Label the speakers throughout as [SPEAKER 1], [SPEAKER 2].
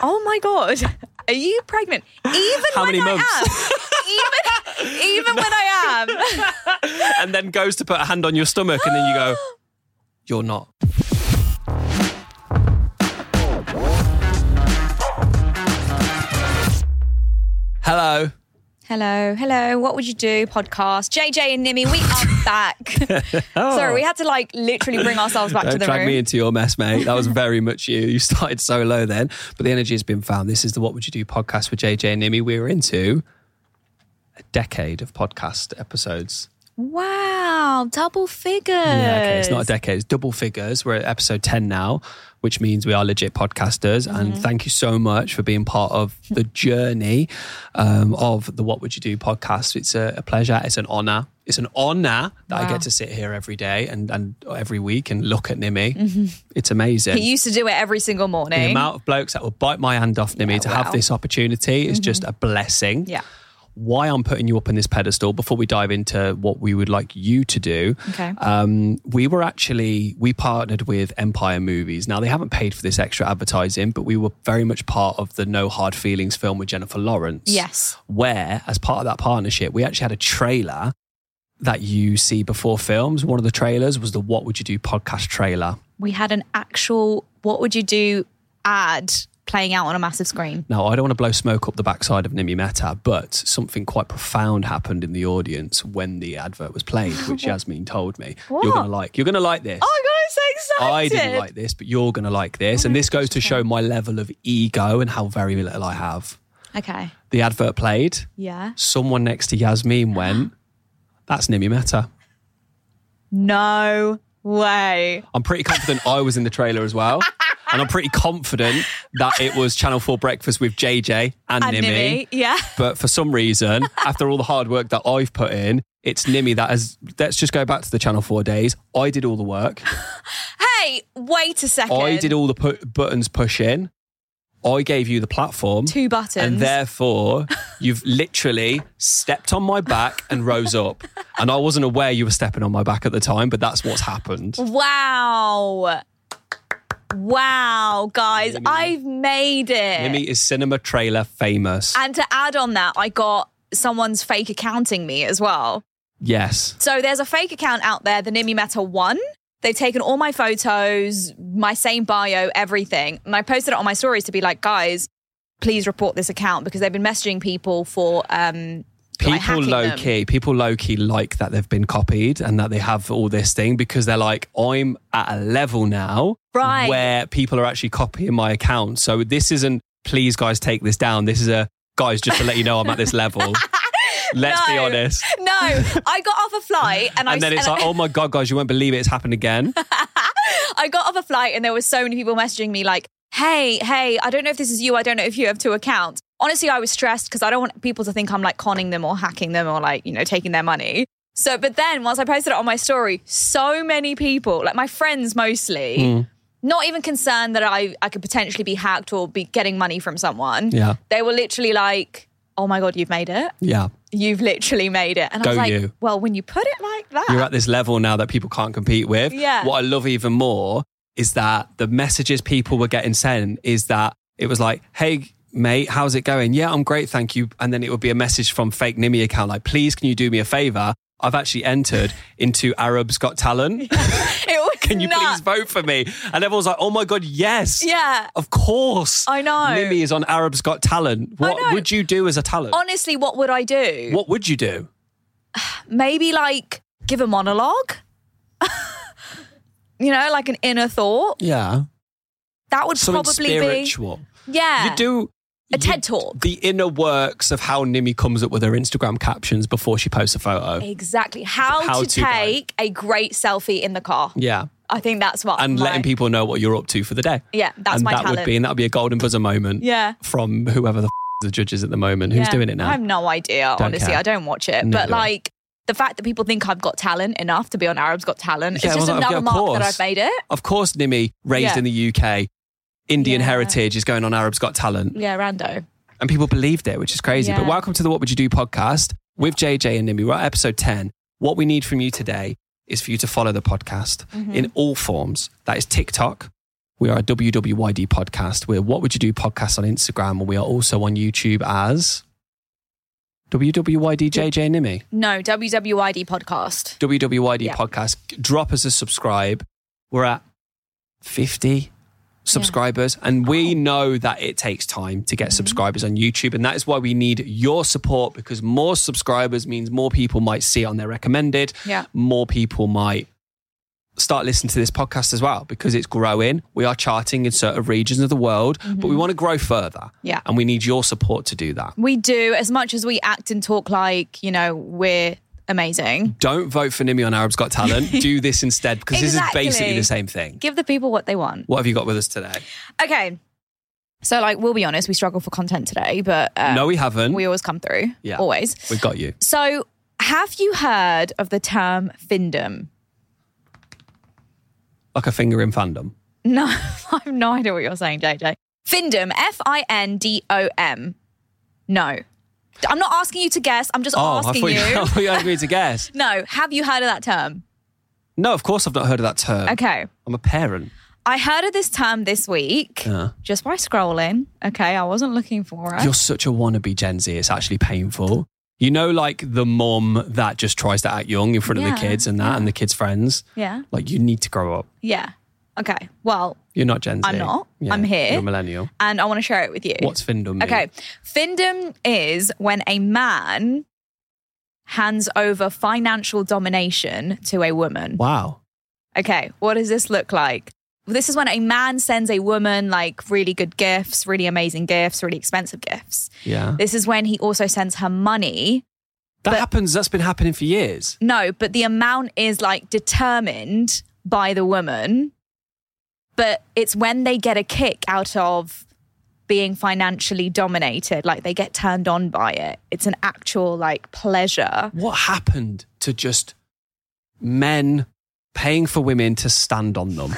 [SPEAKER 1] Oh my god, are you pregnant? Even
[SPEAKER 2] How
[SPEAKER 1] when
[SPEAKER 2] many
[SPEAKER 1] I
[SPEAKER 2] months?
[SPEAKER 1] am, even even when I am.
[SPEAKER 2] and then goes to put a hand on your stomach, and then you go, You're not. Hello.
[SPEAKER 1] Hello, hello. What would you do? Podcast. JJ and Nimi, we are back. Sorry, we had to like literally bring ourselves back to
[SPEAKER 2] Oh. Don't
[SPEAKER 1] the
[SPEAKER 2] drag
[SPEAKER 1] room.
[SPEAKER 2] me into your mess, mate. That was very much you. You started so low then, but the energy has been found. This is the What Would You Do podcast with JJ and Nimi. We're into a decade of podcast episodes.
[SPEAKER 1] Wow, double figures.
[SPEAKER 2] Yeah, okay. It's not a decade, it's double figures. We're at episode 10 now, which means we are legit podcasters.
[SPEAKER 1] Mm-hmm.
[SPEAKER 2] And thank you so much for being part of the journey um, of the What Would You Do podcast. It's a, a pleasure, it's an honor. It's an honor that I
[SPEAKER 1] Wow.
[SPEAKER 2] get to sit here every day and, and every week and look at Nimi.
[SPEAKER 1] Mm-hmm.
[SPEAKER 2] It's amazing.
[SPEAKER 1] He used to do it every single morning.
[SPEAKER 2] the amount of blokes that will bite my hand off, Nimi,
[SPEAKER 1] Yeah,
[SPEAKER 2] to
[SPEAKER 1] wow. Mm-hmm.
[SPEAKER 2] have this opportunity is just a blessing.
[SPEAKER 1] Yeah.
[SPEAKER 2] Why I'm putting you up on this pedestal before we dive into what we would like you to do.
[SPEAKER 1] Okay.
[SPEAKER 2] Um, we were actually we partnered with Empire Movies. Now they haven't paid for this extra advertising, but we were very much part of the No Hard Feelings film with Jennifer Lawrence.
[SPEAKER 1] Yes.
[SPEAKER 2] Where, as part of that partnership, we actually had a trailer that you see before films. One of the trailers was the What Would You Do podcast trailer.
[SPEAKER 1] we had an actual what would you do ad playing out on a massive screen.
[SPEAKER 2] Now, I don't want to blow smoke up the backside of Nimi Mehta, but something quite profound happened in the audience when the advert was played, which Yasmin told me. You're
[SPEAKER 1] What?
[SPEAKER 2] going to like. You're going to like this.
[SPEAKER 1] Oh my god, I'm so
[SPEAKER 2] I
[SPEAKER 1] excited.
[SPEAKER 2] didn't like this, but you're going to like this. and this goes to show my level of ego and how very little I have.
[SPEAKER 1] Okay.
[SPEAKER 2] The advert played.
[SPEAKER 1] Yeah.
[SPEAKER 2] Someone next to Yasmin went, That's Nimi Mehta.
[SPEAKER 1] No way.
[SPEAKER 2] I'm pretty confident I was in the trailer as well. And I'm pretty confident that it was Channel 4 Breakfast with JJ and,
[SPEAKER 1] And Nimi. Yeah.
[SPEAKER 2] But for some reason, after all the hard work that I've put in, it's Nimi that has. Let's just go back to the Channel 4 days. I did all the work.
[SPEAKER 1] Hey, wait a second.
[SPEAKER 2] I did all the pu- buttons push in. I gave you the platform.
[SPEAKER 1] Two buttons.
[SPEAKER 2] And therefore, you've literally stepped on my back and rose up. And I wasn't aware you were stepping on my back at the time, but that's what's happened.
[SPEAKER 1] Wow. Wow, guys,
[SPEAKER 2] Nimi.
[SPEAKER 1] I've made it.
[SPEAKER 2] Nimi is cinema trailer famous.
[SPEAKER 1] And to add on that, I got someone's fake accounting me as well.
[SPEAKER 2] yes.
[SPEAKER 1] So there's a fake account out there, the Nimi Meta One. They've taken all my photos, my same bio, everything. And I posted it on my stories to be like, guys, please report this account because they've been messaging people for um like
[SPEAKER 2] people
[SPEAKER 1] hacking
[SPEAKER 2] low
[SPEAKER 1] them.
[SPEAKER 2] key people low key like that they've been copied and that they have all this thing because they're like i'm at a level now
[SPEAKER 1] Right.
[SPEAKER 2] where people are actually copying my account so this isn't please guys take this down this is a guys just to let you know i'm at this level let's be
[SPEAKER 1] No.
[SPEAKER 2] honest
[SPEAKER 1] No, I got off a flight and, I
[SPEAKER 2] and then it's
[SPEAKER 1] and
[SPEAKER 2] like oh my god guys you won't believe it it's happened again
[SPEAKER 1] I got off a flight and there were so many people messaging me like, hey, hey, I don't know if this is you. I don't know if you have two accounts. Honestly, I was stressed because I don't want people to think I'm like conning them or hacking them or like, you know, taking their money. So, but then once I posted it on my story, so many people, like my friends mostly,
[SPEAKER 2] Hmm.
[SPEAKER 1] not even concerned that I, I could potentially be hacked or be getting money from someone.
[SPEAKER 2] Yeah.
[SPEAKER 1] They were literally like, oh my God, you've made it.
[SPEAKER 2] yeah
[SPEAKER 1] You've literally made it. And I
[SPEAKER 2] Go
[SPEAKER 1] was like,
[SPEAKER 2] you.
[SPEAKER 1] well, when you put it like that,
[SPEAKER 2] you're at this level now that people can't compete with.
[SPEAKER 1] Yeah.
[SPEAKER 2] What I love even more is that the messages people were getting sent is that it was like, hey, mate, how's it going? Yeah, I'm great, thank you. And then it would be a message from fake Nimi account like, please, can you do me a favor? I've actually entered into Arabs Got Talent.
[SPEAKER 1] it was
[SPEAKER 2] Can you
[SPEAKER 1] nuts.
[SPEAKER 2] please vote for me? And everyone's like, oh my God, yes.
[SPEAKER 1] Yeah.
[SPEAKER 2] Of course.
[SPEAKER 1] I know.
[SPEAKER 2] Nimi is on Arabs Got Talent. What
[SPEAKER 1] know.
[SPEAKER 2] would you do as a talent?
[SPEAKER 1] honestly, what would I do?
[SPEAKER 2] what would you do?
[SPEAKER 1] Maybe like give a monologue. you know, like an inner thought.
[SPEAKER 2] Yeah.
[SPEAKER 1] That would
[SPEAKER 2] Something
[SPEAKER 1] probably
[SPEAKER 2] spiritual.
[SPEAKER 1] be yeah.
[SPEAKER 2] You do
[SPEAKER 1] a
[SPEAKER 2] you-
[SPEAKER 1] TED talk.
[SPEAKER 2] the inner works of how Nimi comes up with her Instagram captions before she posts a photo.
[SPEAKER 1] Exactly. How,
[SPEAKER 2] How
[SPEAKER 1] to,
[SPEAKER 2] to guide.
[SPEAKER 1] take a great selfie in the car.
[SPEAKER 2] Yeah.
[SPEAKER 1] I think that's what
[SPEAKER 2] And
[SPEAKER 1] my-
[SPEAKER 2] letting people know what you're up to for the day.
[SPEAKER 1] Yeah, that's
[SPEAKER 2] and
[SPEAKER 1] my
[SPEAKER 2] that would
[SPEAKER 1] talent.
[SPEAKER 2] be and that would be a golden buzzer moment
[SPEAKER 1] Yeah.
[SPEAKER 2] from whoever the f- the judge is at the moment. Who's
[SPEAKER 1] Yeah.
[SPEAKER 2] doing it now?
[SPEAKER 1] I have no idea,
[SPEAKER 2] Don't
[SPEAKER 1] honestly.
[SPEAKER 2] care.
[SPEAKER 1] I don't watch it.
[SPEAKER 2] Neither
[SPEAKER 1] but
[SPEAKER 2] do I.
[SPEAKER 1] like the fact that people think I've got talent enough to be on Arab's Got Talent,
[SPEAKER 2] Yeah,
[SPEAKER 1] it's just
[SPEAKER 2] well,
[SPEAKER 1] another
[SPEAKER 2] of
[SPEAKER 1] mark that
[SPEAKER 2] course.
[SPEAKER 1] I've made it.
[SPEAKER 2] Of course, Nimi, raised
[SPEAKER 1] Yeah.
[SPEAKER 2] in the UK, Indian
[SPEAKER 1] Yeah.
[SPEAKER 2] heritage is going on Arab's Got Talent.
[SPEAKER 1] Yeah, rando.
[SPEAKER 2] and people believed it, which is crazy. But
[SPEAKER 1] Yeah.
[SPEAKER 2] welcome to the What Would You Do podcast with JJ and Nimi. We're at episode 10. What we need from you today is for you to follow the podcast in all forms. That is TikTok, We are a WWYD podcast. We're What Would You Do podcast on Instagram, and we are also on YouTube as WWYDJJ Nimmy.
[SPEAKER 1] No, WWID podcast.
[SPEAKER 2] WWYD
[SPEAKER 1] Yeah.
[SPEAKER 2] podcast. Drop us a subscribe. We're at 50 subscribers, and we know that it takes time to
[SPEAKER 1] Mm-hmm.
[SPEAKER 2] get subscribers on YouTube. And that is why we need your support because more subscribers means more people might see it on their recommended.
[SPEAKER 1] Yeah.
[SPEAKER 2] More people might start listening to this podcast as well because it's growing. We are charting in certain regions of the world, but we want to grow further.
[SPEAKER 1] Mm-hmm. Yeah.
[SPEAKER 2] And we need your support to do that.
[SPEAKER 1] We do as much as we act and talk like, you know, we're amazing.
[SPEAKER 2] Don't vote for Nimi on Arab's Got Talent. do this instead because
[SPEAKER 1] Exactly.
[SPEAKER 2] this is basically the same thing.
[SPEAKER 1] Give the people what they want.
[SPEAKER 2] What have you got with us today?
[SPEAKER 1] Okay. So, like, we'll be honest, we struggle for content today, but uh,
[SPEAKER 2] no, we haven't.
[SPEAKER 1] we always come through.
[SPEAKER 2] Yeah.
[SPEAKER 1] Always.
[SPEAKER 2] We've got you.
[SPEAKER 1] So, have you heard of the term findom?
[SPEAKER 2] Like a finger in fandom.
[SPEAKER 1] No, I have no idea what you're saying, JJ. Findom, F I N D O M. No. I'm not asking you to guess. I'm just
[SPEAKER 2] Oh, I
[SPEAKER 1] asking
[SPEAKER 2] thought
[SPEAKER 1] you.
[SPEAKER 2] I thought you had me to guess.
[SPEAKER 1] No, have you heard of that term?
[SPEAKER 2] No, of course I've not heard of that term.
[SPEAKER 1] Okay.
[SPEAKER 2] I'm a parent.
[SPEAKER 1] I heard of this term this week
[SPEAKER 2] Yeah.
[SPEAKER 1] just by scrolling. Okay, I wasn't looking for it.
[SPEAKER 2] You're such a wannabe Gen Z. It's actually painful. You know, like the mom that just tries to act young in front of
[SPEAKER 1] Yeah,
[SPEAKER 2] the kids and that and the kids' friends.
[SPEAKER 1] yeah.
[SPEAKER 2] Like, you need to grow up.
[SPEAKER 1] Yeah. Okay. Well,
[SPEAKER 2] You're not Gen Z.
[SPEAKER 1] I'm not. I'm here.
[SPEAKER 2] You're a millennial.
[SPEAKER 1] and I want to share it with you.
[SPEAKER 2] What's findom? mean?
[SPEAKER 1] Okay. Findom is when a man hands over financial domination to a woman.
[SPEAKER 2] Wow.
[SPEAKER 1] Okay, what does this look like? This is when a man sends a woman like really good gifts, really amazing gifts, really expensive gifts.
[SPEAKER 2] Yeah.
[SPEAKER 1] This is when he also sends her money.
[SPEAKER 2] that
[SPEAKER 1] but-
[SPEAKER 2] happens. That's been happening for years.
[SPEAKER 1] No, but the amount is like determined by the woman. But it's when they get a kick out of being financially dominated, like they get turned on by it. It's an actual like pleasure.
[SPEAKER 2] What happened to just men paying for women to stand on them?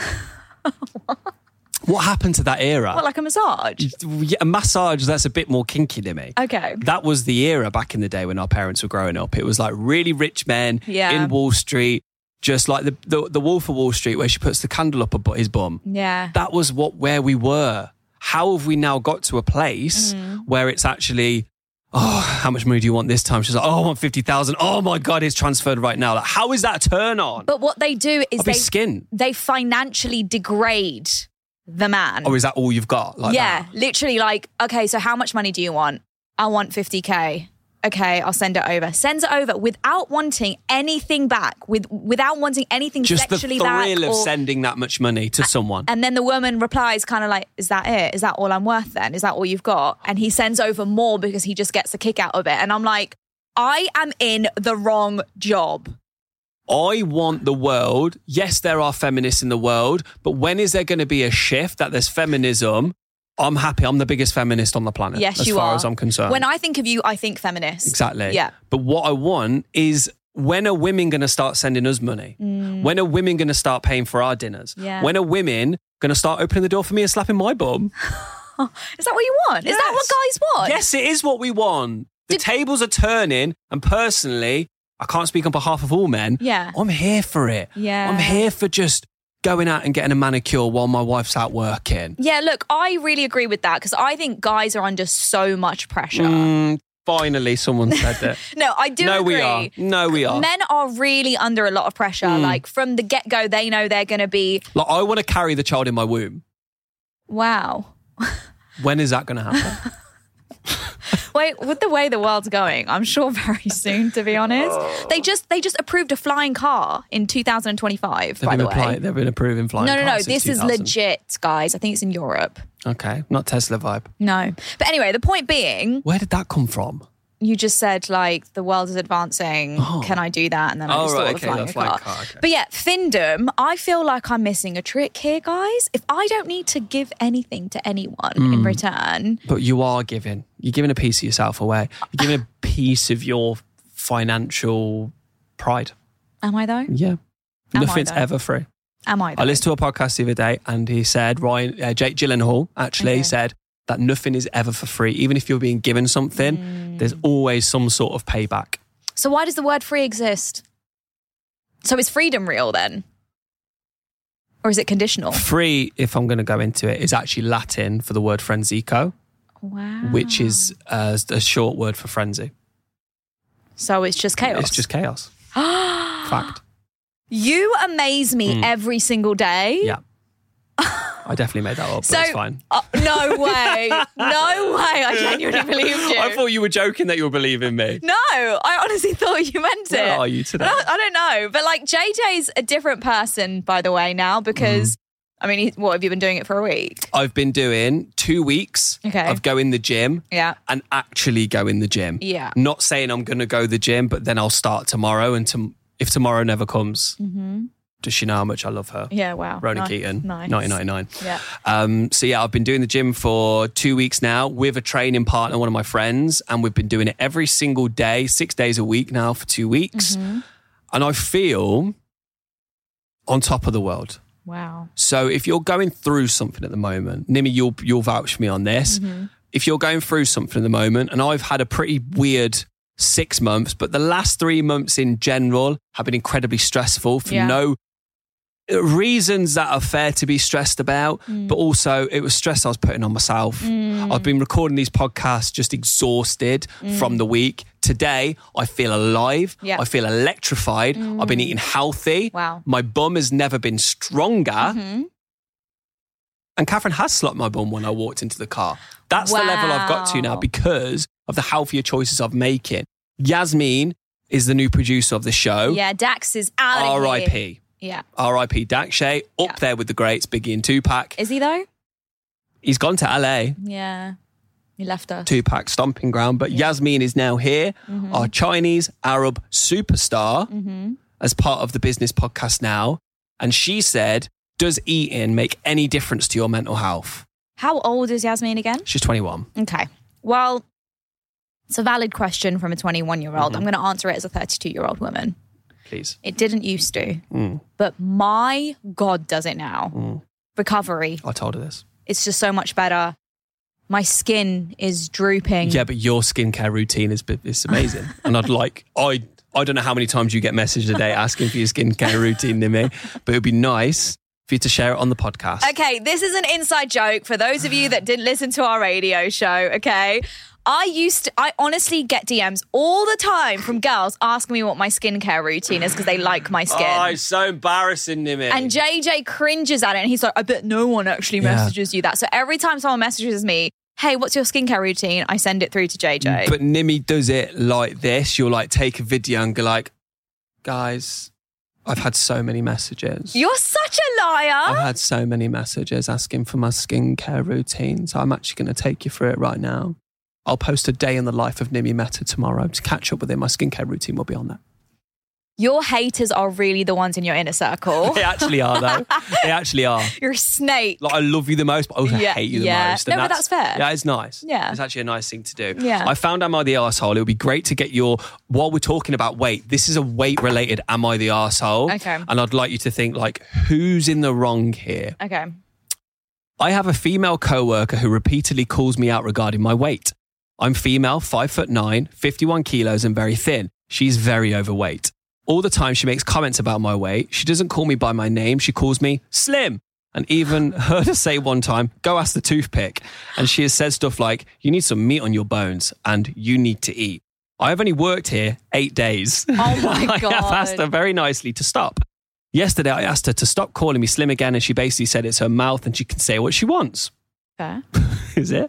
[SPEAKER 2] what happened to that era?
[SPEAKER 1] What, like a massage?
[SPEAKER 2] Yeah, a massage that's a bit more kinky to me.
[SPEAKER 1] Okay.
[SPEAKER 2] That was the era back in the day when our parents were growing up. It was like really rich men
[SPEAKER 1] Yeah.
[SPEAKER 2] in Wall Street, just like the, the the Wolf of Wall Street, where she puts the candle up ab- his bum.
[SPEAKER 1] Yeah.
[SPEAKER 2] That was what where we were. How have we now got to a place
[SPEAKER 1] Mm.
[SPEAKER 2] where it's actually, oh, how much money do you want this time? She's like, oh, I want fifty thousand. Oh my god, it's transferred right now. Like, how is that a turn on?
[SPEAKER 1] But what they do is
[SPEAKER 2] I'll be
[SPEAKER 1] they
[SPEAKER 2] skinned.
[SPEAKER 1] they financially degrade the man.
[SPEAKER 2] Or Oh, is that all you've got? Like
[SPEAKER 1] yeah,
[SPEAKER 2] that?
[SPEAKER 1] literally like, okay, so how much money do you want? I want 50k. Okay, I'll send it over. Sends it over without wanting anything back, with without wanting anything
[SPEAKER 2] Just the
[SPEAKER 1] sexually
[SPEAKER 2] thrill
[SPEAKER 1] back.
[SPEAKER 2] of
[SPEAKER 1] or- uh,
[SPEAKER 2] sending that much money to someone.
[SPEAKER 1] and then the woman replies, kind of like, "Is that it? Is that all I'm worth? Then is that all you've got?" And he sends over more because he just gets a kick out of it. And I'm like, I am in the wrong job.
[SPEAKER 2] I want the world. Yes, there are feminists in the world, but when is there going to be a shift that there's feminism? I'm happy. I'm the biggest feminist on the planet.
[SPEAKER 1] Yes,
[SPEAKER 2] as
[SPEAKER 1] you
[SPEAKER 2] far
[SPEAKER 1] are.
[SPEAKER 2] as I'm concerned.
[SPEAKER 1] When I think of you, I think feminist.
[SPEAKER 2] exactly.
[SPEAKER 1] Yeah.
[SPEAKER 2] But what I want is when are women going to start sending us money? When are women going to start paying for our dinners?
[SPEAKER 1] Mm. Yeah.
[SPEAKER 2] When are women going to start opening the door for me and slapping my bum?
[SPEAKER 1] Is that what you want? Is that what
[SPEAKER 2] Yes.
[SPEAKER 1] guys want?
[SPEAKER 2] Yes, it is what we want. The tables are turning, and personally, I can't speak on behalf of all men.
[SPEAKER 1] Yeah.
[SPEAKER 2] I'm here for it.
[SPEAKER 1] Yeah.
[SPEAKER 2] I'm here for just going out and getting a manicure while my wife's out working.
[SPEAKER 1] Yeah, look, I really agree with that because I think guys are under so much pressure.
[SPEAKER 2] Mm, finally, someone said that.
[SPEAKER 1] No, I do
[SPEAKER 2] no,
[SPEAKER 1] agree.
[SPEAKER 2] we are. No, we are. Mm.
[SPEAKER 1] Men are really under a lot of pressure. Like from the get go, they know they're going to be,
[SPEAKER 2] like, I want to carry the child in my womb.
[SPEAKER 1] wow.
[SPEAKER 2] When is that going to happen?
[SPEAKER 1] Wait, with the way the world's going, I'm sure very soon, to be honest.
[SPEAKER 2] Oh.
[SPEAKER 1] They just they just approved a flying car in 2025,
[SPEAKER 2] They've
[SPEAKER 1] by
[SPEAKER 2] been,
[SPEAKER 1] the
[SPEAKER 2] apply-
[SPEAKER 1] way.
[SPEAKER 2] they've been approving flying
[SPEAKER 1] No, no, no.
[SPEAKER 2] cars since
[SPEAKER 1] This is
[SPEAKER 2] 2000.
[SPEAKER 1] legit, guys. I think it's in Europe.
[SPEAKER 2] Okay, not Tesla vibe.
[SPEAKER 1] No. But anyway, the point being,
[SPEAKER 2] Where did that come from?
[SPEAKER 1] you just said like the world is advancing. Can I do that? And then I
[SPEAKER 2] Oh,
[SPEAKER 1] just thought
[SPEAKER 2] right,
[SPEAKER 1] of
[SPEAKER 2] okay,
[SPEAKER 1] flying
[SPEAKER 2] the
[SPEAKER 1] a
[SPEAKER 2] flying
[SPEAKER 1] car.
[SPEAKER 2] car, okay.
[SPEAKER 1] But yeah, Findom, I feel like I'm missing a trick here, guys. If I don't need to give anything to anyone
[SPEAKER 2] Hmm.
[SPEAKER 1] in return,
[SPEAKER 2] But you are giving. You're giving a piece of yourself away. You're giving a piece of your financial pride.
[SPEAKER 1] am I though?
[SPEAKER 2] Yeah.
[SPEAKER 1] Am I
[SPEAKER 2] Nothing's
[SPEAKER 1] though?
[SPEAKER 2] ever free.
[SPEAKER 1] Am I? Though?
[SPEAKER 2] I listened to a podcast the other day, and he said Ryan uh, Jake Gyllenhaal actually
[SPEAKER 1] Okay.
[SPEAKER 2] said that nothing is ever for free, even if you're being given something.
[SPEAKER 1] Hmm.
[SPEAKER 2] There's always some sort of payback.
[SPEAKER 1] so why does the word free exist? So is freedom real then? Or is it conditional?
[SPEAKER 2] Free, if I'm going to go into it, is actually Latin for the word frenzico,
[SPEAKER 1] Wow.
[SPEAKER 2] which is
[SPEAKER 1] Ah.
[SPEAKER 2] uh, a short word for frenzy.
[SPEAKER 1] So it's just chaos.
[SPEAKER 2] It's just chaos. Fact.
[SPEAKER 1] You amaze me every single day.
[SPEAKER 2] Hmm. Yeah. I definitely made that up, but
[SPEAKER 1] So
[SPEAKER 2] it's fine.
[SPEAKER 1] Uh, no way. no way. I genuinely believed you.
[SPEAKER 2] I thought you were joking that you were believing me.
[SPEAKER 1] no, I honestly thought you meant it.
[SPEAKER 2] Where are you today?
[SPEAKER 1] I don't, I don't know. But like JJ's a different person, by the way, now
[SPEAKER 2] Mm.
[SPEAKER 1] because I mean, he, what have you been doing it for a week?
[SPEAKER 2] I've been doing two weeks
[SPEAKER 1] Okay.
[SPEAKER 2] of going the gym
[SPEAKER 1] Yeah.
[SPEAKER 2] and actually go in the gym.
[SPEAKER 1] Yeah.
[SPEAKER 2] Not saying I'm going to go the gym, but then I'll start tomorrow. And tom- if tomorrow never comes, does she know how much I love her?
[SPEAKER 1] Mm-hmm. Yeah. Wow.
[SPEAKER 2] Ronan
[SPEAKER 1] Ni-
[SPEAKER 2] Keaton,
[SPEAKER 1] Nice.
[SPEAKER 2] 1999.
[SPEAKER 1] Yeah.
[SPEAKER 2] Um, so yeah, I've been doing the gym for two weeks now with a training partner, one of my friends, and we've been doing it every single day, six days a week now for two weeks. And I feel on top of the world.
[SPEAKER 1] Wow.
[SPEAKER 2] So if you're going through something at the moment, Nimi, you'll you'll vouch for me on this.
[SPEAKER 1] Mm-hmm.
[SPEAKER 2] If you're going through something at the moment, and I've had a pretty weird six months, but the last three months in general have been incredibly stressful for
[SPEAKER 1] Yeah.
[SPEAKER 2] no reasons that are fair to be stressed about,
[SPEAKER 1] Mm.
[SPEAKER 2] but also it was stress I was putting on myself. I've been recording these podcasts just exhausted from the week. Today, I feel alive.
[SPEAKER 1] Mm. Yeah. Mm.
[SPEAKER 2] I feel electrified. I've been eating healthy.
[SPEAKER 1] Wow. Mm-hmm.
[SPEAKER 2] My bum has never been stronger. And Catherine has slapped my bum when I walked into the car. That's the level I've got to now
[SPEAKER 1] Wow.
[SPEAKER 2] because of the healthier choices I've making. Yasmin is the new producer of the show.
[SPEAKER 1] Yeah. Dax is out. of here.
[SPEAKER 2] R.I.P.
[SPEAKER 1] Yeah.
[SPEAKER 2] R.I.P. Dakshay, up
[SPEAKER 1] Yeah.
[SPEAKER 2] there with the greats, Biggie and Tupac.
[SPEAKER 1] Is he though?
[SPEAKER 2] He's gone to LA,
[SPEAKER 1] Yeah. He left us.
[SPEAKER 2] Tupac stomping ground, but Yasmin is now here,
[SPEAKER 1] Mm-hmm.
[SPEAKER 2] our Chinese Arab superstar, as part of the business podcast now. And she said, Does eating make any difference to your mental health?
[SPEAKER 1] How old is Yasmin again?
[SPEAKER 2] She's 21.
[SPEAKER 1] Okay. Well, it's a valid question from a 21 year
[SPEAKER 2] Mm-hmm.
[SPEAKER 1] old. I'm going to answer it as a 32 year old woman.
[SPEAKER 2] Please.
[SPEAKER 1] It didn't used to,
[SPEAKER 2] Mm.
[SPEAKER 1] but my God, does it now. Recovery.
[SPEAKER 2] I told her this.
[SPEAKER 1] It's just so much better. My skin is drooping.
[SPEAKER 2] Yeah, but your skincare routine is is amazing, and I'd like I I don't know how many times you get messaged a day asking for your skincare routine, Nimi, but it'd be nice for you to share it on the podcast.
[SPEAKER 1] Okay, this is an inside joke for those of you that didn't listen to our radio show, okay? I used to, I honestly get DMs all the time from girls asking me what my skincare routine is because they like my skin.
[SPEAKER 2] Oh, it's so embarrassing, Nimi.
[SPEAKER 1] And JJ cringes at it and he's like, I bet no one actually
[SPEAKER 2] Yeah.
[SPEAKER 1] messages you that. So every time someone messages me, hey, what's your skincare routine? I send it through to JJ.
[SPEAKER 2] but Nimi does it like this. You'll like take a video and go like, guys, I've had so many messages.
[SPEAKER 1] You're such a liar.
[SPEAKER 2] I've had so many messages asking for my skincare routine, so I'm actually going to take you through it right now. I'll post a day in the life of Nimi Meta tomorrow to catch up with it. My skincare routine will be on that.
[SPEAKER 1] Your haters are really the ones in your inner circle.
[SPEAKER 2] They actually are, though. they actually are.
[SPEAKER 1] You're a snake.
[SPEAKER 2] Like, I love you the most, but I also
[SPEAKER 1] Yeah,
[SPEAKER 2] hate you the
[SPEAKER 1] yeah.
[SPEAKER 2] most.
[SPEAKER 1] No, but that's fair.
[SPEAKER 2] Yeah, it's nice.
[SPEAKER 1] Yeah.
[SPEAKER 2] It's actually a nice thing to do.
[SPEAKER 1] Yeah.
[SPEAKER 2] I found Am I the Arsehole. It would be great to get your, while we're talking about weight, this is a weight related Am I the Arsehole.
[SPEAKER 1] Okay.
[SPEAKER 2] And I'd like you to think, like, who's in the wrong here?
[SPEAKER 1] Okay.
[SPEAKER 2] I have a female coworker who repeatedly calls me out regarding my weight. I'm female, five foot nine, 51 kilos, and very thin. She's very overweight. All the time she makes comments about my weight. She doesn't call me by my name. She calls me slim. And even heard her say one time, go ask the toothpick. And she has said stuff like, you need some meat on your bones and you need to eat. I have only worked here eight days.
[SPEAKER 1] Oh my
[SPEAKER 2] I have asked
[SPEAKER 1] God.
[SPEAKER 2] her very nicely to stop. Yesterday, I asked her to stop calling me slim again, and she basically said it's her mouth and she can say what she wants.
[SPEAKER 1] Fair.
[SPEAKER 2] Is it?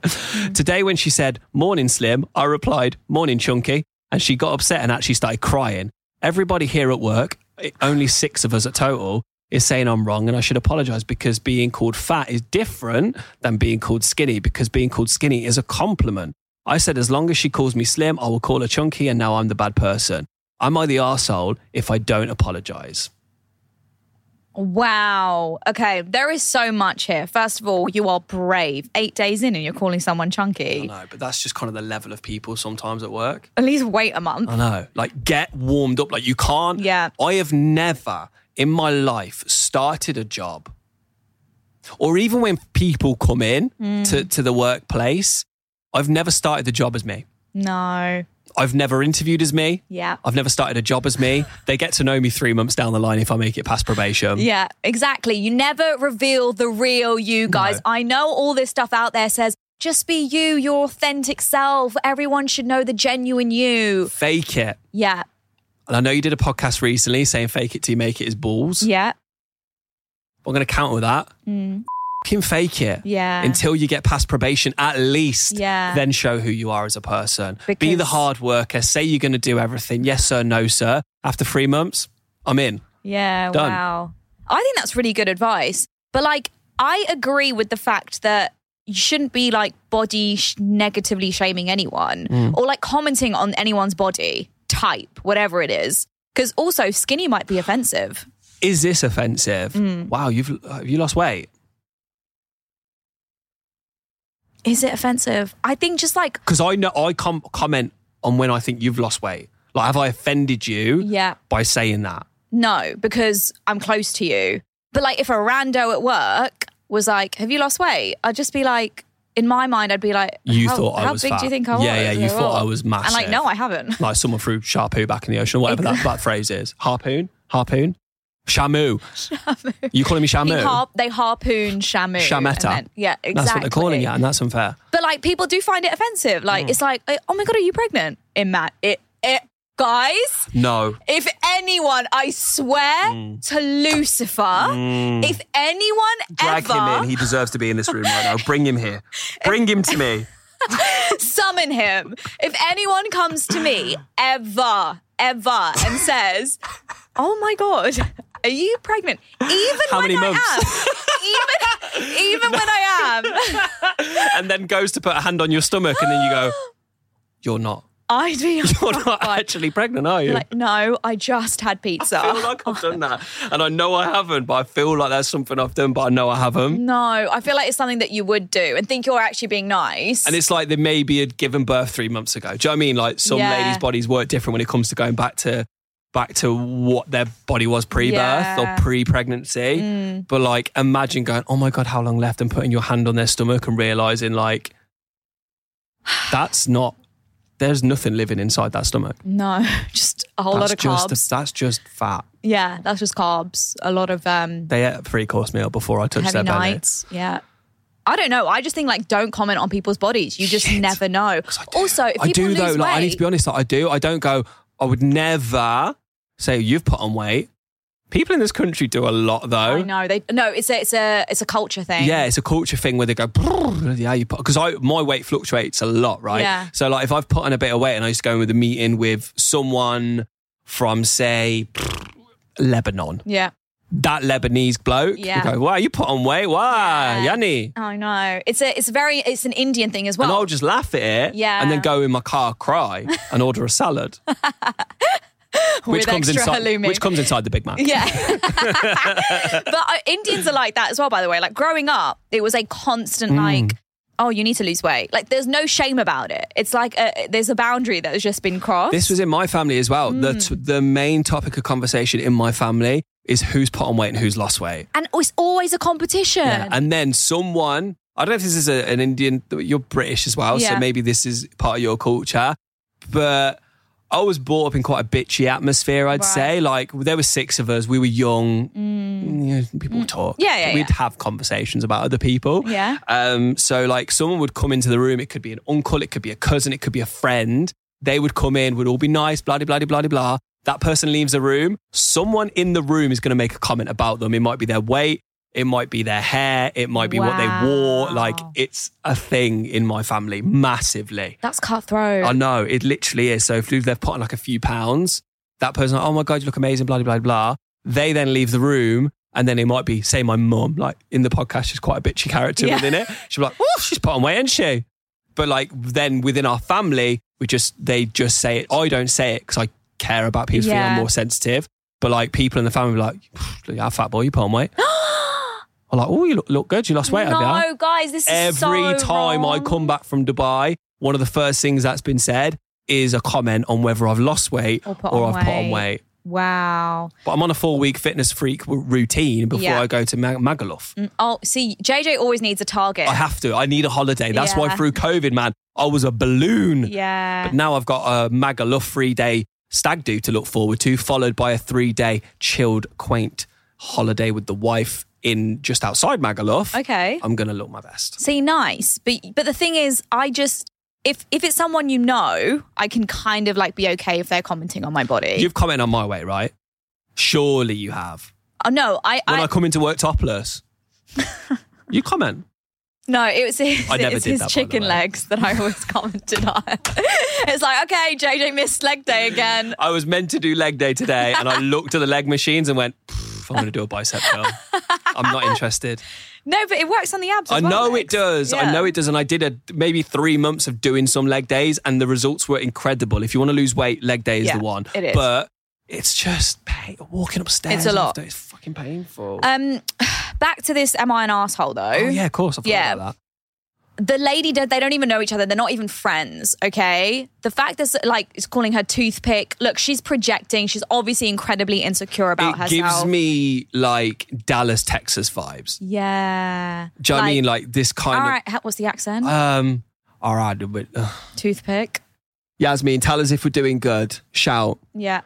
[SPEAKER 2] Today, when she said, Morning, slim, I replied, Morning, chunky. And she got upset and actually started crying. Everybody here at work, i- only six of us at total, is saying I'm wrong and I should apologize because being called fat is different than being called skinny because being called skinny is a compliment. I said, as long as she calls me slim, I will call her chunky, and now I'm the bad person. Am I the arsehole if I don't apologize?
[SPEAKER 1] Wow. Okay. There is so much here. First of all, you are brave. Eight days in and you're calling someone chunky.
[SPEAKER 2] No, but that's just kind of the level of people sometimes at work.
[SPEAKER 1] At least wait a month.
[SPEAKER 2] I know. Like, get warmed up. Like, you can't.
[SPEAKER 1] Yeah.
[SPEAKER 2] I have never in my life started a job, or even when people
[SPEAKER 1] Mm.
[SPEAKER 2] come in to, to the workplace, I've never started the job as me.
[SPEAKER 1] No.
[SPEAKER 2] I've never interviewed as me.
[SPEAKER 1] Yeah.
[SPEAKER 2] I've never started a job as me. They get to know me three months down the line if I make it past probation.
[SPEAKER 1] Yeah, exactly. You never reveal the real you guys. I know all this stuff out there says just be you, your authentic self. Everyone should know the genuine you.
[SPEAKER 2] Fake it.
[SPEAKER 1] Yeah.
[SPEAKER 2] And I know you did a podcast recently saying fake it till you make it is balls.
[SPEAKER 1] Yeah. Mm.
[SPEAKER 2] I'm going to counter that. Fucking fake it.
[SPEAKER 1] Yeah.
[SPEAKER 2] Until you get past probation, at least.
[SPEAKER 1] Yeah.
[SPEAKER 2] Then show who you are as a person. Be
[SPEAKER 1] Because-
[SPEAKER 2] the hard worker. Say you're going to do everything. Yes, sir. No, sir. After three months, I'm in.
[SPEAKER 1] Yeah,
[SPEAKER 2] Done.
[SPEAKER 1] wow. I think that's really good advice. But like, I agree with the fact that you shouldn't be like body sh- negatively shaming anyone
[SPEAKER 2] Mm.
[SPEAKER 1] or like commenting on anyone's body type, whatever it is. Because also, skinny might be offensive.
[SPEAKER 2] Is this offensive?
[SPEAKER 1] Mm.
[SPEAKER 2] Wow, you've have you lost weight?
[SPEAKER 1] Is it offensive? I think just like,
[SPEAKER 2] Because I know I com- comment on when I think you've lost weight. Like, have I offended you
[SPEAKER 1] yeah,
[SPEAKER 2] by saying that?
[SPEAKER 1] no, because I'm close to you. But like, if a rando at work was like, Have you lost weight? I'd just be like, in my mind, I'd be like,
[SPEAKER 2] You
[SPEAKER 1] how,
[SPEAKER 2] thought I
[SPEAKER 1] how
[SPEAKER 2] was
[SPEAKER 1] big
[SPEAKER 2] fat.
[SPEAKER 1] do you think I was?
[SPEAKER 2] Yeah, yeah, you
[SPEAKER 1] Like,
[SPEAKER 2] thought
[SPEAKER 1] "Oh."
[SPEAKER 2] I was
[SPEAKER 1] And like,
[SPEAKER 2] massive.
[SPEAKER 1] no, I haven't.
[SPEAKER 2] like someone threw Sharpoo back in the ocean, whatever that, that phrase is. Harpoon? Harpoon? Shamu. You calling me
[SPEAKER 1] He
[SPEAKER 2] Shamu?
[SPEAKER 1] har- they harpoon Shamu.
[SPEAKER 2] Shametta.
[SPEAKER 1] and then- yeah, exactly.
[SPEAKER 2] That's what they're calling it, and that's unfair.
[SPEAKER 1] But like, people do find it offensive. Like, it's like, oh my god, are you pregnant? In Matt, it, it, guys.
[SPEAKER 2] No.
[SPEAKER 1] If anyone, I swear
[SPEAKER 2] Mm.
[SPEAKER 1] to Lucifer, if anyone
[SPEAKER 2] Drag
[SPEAKER 1] ever
[SPEAKER 2] him in. He deserves to be in this room right now. Bring him here. Bring him to me.
[SPEAKER 1] summon him, if anyone comes to me ever, ever, and says, "Oh my god, are you pregnant?" Even
[SPEAKER 2] How
[SPEAKER 1] when
[SPEAKER 2] many
[SPEAKER 1] I
[SPEAKER 2] months?
[SPEAKER 1] am, even even when I am.
[SPEAKER 2] And then goes to put a hand on your stomach, and then you go, You're not.
[SPEAKER 1] I'd be
[SPEAKER 2] You're not actually pregnant, are you?
[SPEAKER 1] like, no, I just had pizza.
[SPEAKER 2] I feel like I've done that. And I know I haven't, but I feel like that's something I've done, but I know I haven't.
[SPEAKER 1] no, I feel like it's something that you would do and think you're actually being nice.
[SPEAKER 2] And it's like they maybe had given birth three months ago. Do you know what I mean? Like some
[SPEAKER 1] Yeah.
[SPEAKER 2] ladies' bodies work different when it comes to going back to back to what their body was pre-birth
[SPEAKER 1] Yeah. Mm.
[SPEAKER 2] or pre-pregnancy. But like imagine going, oh my God, how long left? And putting your hand on their stomach and realizing like that's not there's nothing living inside that stomach.
[SPEAKER 1] no, just a whole lot
[SPEAKER 2] That's
[SPEAKER 1] of
[SPEAKER 2] just
[SPEAKER 1] carbs.
[SPEAKER 2] that's just fat.
[SPEAKER 1] yeah, that's just carbs. A lot of um,
[SPEAKER 2] They ate a three course meal before I touched
[SPEAKER 1] heavy
[SPEAKER 2] their belly.
[SPEAKER 1] nights. Yeah. I don't know. I just think like don't comment on people's bodies. You just
[SPEAKER 2] Shit.
[SPEAKER 1] never know. Also, if
[SPEAKER 2] I
[SPEAKER 1] people
[SPEAKER 2] do
[SPEAKER 1] lose
[SPEAKER 2] though.
[SPEAKER 1] weight,
[SPEAKER 2] Like I need to be honest. Like, I do. I don't go. I would never say you've put on weight. People in this country do a lot though.
[SPEAKER 1] I know they. No, it's a it's a it's a culture thing.
[SPEAKER 2] Yeah, it's a culture thing where they go, "Brrr, yeah, you put because I my weight fluctuates a lot, right?
[SPEAKER 1] Yeah.
[SPEAKER 2] So like if I've put on a bit of weight and I used to go in with a meeting with someone from say Lebanon,
[SPEAKER 1] Yeah.
[SPEAKER 2] that Lebanese bloke, they
[SPEAKER 1] Yeah.
[SPEAKER 2] go, wow, you put on weight, wow,
[SPEAKER 1] Yeah.
[SPEAKER 2] Yanni,
[SPEAKER 1] I know. It's a it's very it's an Indian thing as
[SPEAKER 2] and
[SPEAKER 1] well.
[SPEAKER 2] I'll just laugh at it,
[SPEAKER 1] Oh. Yeah.
[SPEAKER 2] and then go in my car, cry, and order a salad,
[SPEAKER 1] With
[SPEAKER 2] which comes
[SPEAKER 1] extra
[SPEAKER 2] inside,
[SPEAKER 1] halloumi.
[SPEAKER 2] which comes inside the Big Mac.
[SPEAKER 1] Yeah. but uh, Indians are like that as well, by the way. Like growing up, it was a constant,
[SPEAKER 2] Mm.
[SPEAKER 1] like, oh, you need to lose weight. Like there's no shame about it. It's like a, there's a boundary that has just been crossed.
[SPEAKER 2] This was in my family as well.
[SPEAKER 1] Hmm.
[SPEAKER 2] The, t- the main topic of conversation in my family is who's put on weight and who's lost weight.
[SPEAKER 1] and it's always a competition.
[SPEAKER 2] Yeah. And then someone, I don't know if this is a, an Indian, you're British as well,
[SPEAKER 1] Yeah.
[SPEAKER 2] so maybe this is part of your culture, but I was brought up in quite a bitchy atmosphere, I'd
[SPEAKER 1] Right. Mm.
[SPEAKER 2] say. Like, there were six of us, we were young, you know, people talk.
[SPEAKER 1] Yeah, yeah,
[SPEAKER 2] We'd
[SPEAKER 1] yeah.
[SPEAKER 2] have conversations about other people.
[SPEAKER 1] Yeah.
[SPEAKER 2] Um, so, like, someone would come into the room, it could be an uncle, it could be a cousin, it could be a friend. They would come in, would all be nice, blah, blah, blah, blah, blah, blah. That person leaves the room. Someone in the room is going to make a comment about them. It might be their weight, it might be their hair, it might be what they wore.
[SPEAKER 1] Wow.
[SPEAKER 2] Like, it's a thing in my family, massively.
[SPEAKER 1] That's cutthroat.
[SPEAKER 2] I know it literally is. So if they've put on like a few pounds, that person, oh my god, you look amazing, blah blah blah blah. They then leave the room, and then it might be, say, my mum, like in the podcast, she's quite a bitchy character
[SPEAKER 1] Yeah.
[SPEAKER 2] within it. She'll be like, oh, she's put on weight, isn't she? But like then within our family, we just they just say it. I don't say it because I care about people feeling
[SPEAKER 1] Yeah.
[SPEAKER 2] I'm more sensitive. But like people in the family, be like, look at that fat boy, you put on weight. I'm like, oh, you look, look good. You lost weight. have you?"
[SPEAKER 1] no, guys, this is so
[SPEAKER 2] every time I
[SPEAKER 1] wrong.
[SPEAKER 2] come back from Dubai, one of the first things that's been said is a comment on whether I've lost weight
[SPEAKER 1] Or
[SPEAKER 2] or,
[SPEAKER 1] put on
[SPEAKER 2] I've put on
[SPEAKER 1] weight.
[SPEAKER 2] weight.
[SPEAKER 1] Wow.
[SPEAKER 2] But I'm on a four week fitness freak w- routine before
[SPEAKER 1] Yeah.
[SPEAKER 2] I go to Mag- Magaluf.
[SPEAKER 1] Oh, see, JJ always needs a target.
[SPEAKER 2] I have to. I need a holiday. That's why
[SPEAKER 1] Yeah.
[SPEAKER 2] through COVID, man, I was a balloon.
[SPEAKER 1] yeah.
[SPEAKER 2] But now I've got a Magaluf three day stag do to look forward to, followed by a three day chilled, quaint holiday with the wife in just outside Magaluf.
[SPEAKER 1] Okay.
[SPEAKER 2] I'm going to look my best.
[SPEAKER 1] See, nice. But but the thing is, I just if if it's someone you know, I can kind of like be okay if they're commenting on my body.
[SPEAKER 2] You've commented on my weight, right? Surely you have.
[SPEAKER 1] oh no, I,
[SPEAKER 2] When
[SPEAKER 1] I,
[SPEAKER 2] I come into work topless, you comment.
[SPEAKER 1] no, it was his,
[SPEAKER 2] I never
[SPEAKER 1] it's
[SPEAKER 2] did
[SPEAKER 1] his
[SPEAKER 2] that, by the
[SPEAKER 1] chicken
[SPEAKER 2] way.
[SPEAKER 1] legs that I always commented on. it's like okay, JJ missed leg day again.
[SPEAKER 2] I was meant to do leg day today, and I looked at the leg machines and went, "Pff, "I'm going to do a bicep curl. I'm not interested."
[SPEAKER 1] No, but it works on the abs. as
[SPEAKER 2] I
[SPEAKER 1] well,
[SPEAKER 2] know it
[SPEAKER 1] legs.
[SPEAKER 2] does. I
[SPEAKER 1] Yeah.
[SPEAKER 2] know it does. And I did a, maybe three months of doing some leg days, and the results were incredible. If you want to lose weight, leg day is
[SPEAKER 1] Yeah,
[SPEAKER 2] the one.
[SPEAKER 1] it is.
[SPEAKER 2] But it's just pain. walking
[SPEAKER 1] It's
[SPEAKER 2] upstairs.
[SPEAKER 1] a lot.
[SPEAKER 2] after, It's fucking painful.
[SPEAKER 1] Um, back to this. Am I an asshole though?
[SPEAKER 2] oh yeah, of course. I forgot
[SPEAKER 1] yeah.
[SPEAKER 2] about that.
[SPEAKER 1] the lady did they don't even know each other they're not even friends okay the fact that like is calling her toothpick look she's projecting she's obviously incredibly insecure about
[SPEAKER 2] it
[SPEAKER 1] herself
[SPEAKER 2] gives me like Dallas, Texas vibes.
[SPEAKER 1] yeah
[SPEAKER 2] Do you know what I mean like this
[SPEAKER 1] all
[SPEAKER 2] kind
[SPEAKER 1] right how- what's the accent
[SPEAKER 2] of? Um, all right, but uh,
[SPEAKER 1] toothpick
[SPEAKER 2] Yasmin, tell us if we're doing good. Shout.
[SPEAKER 1] yeah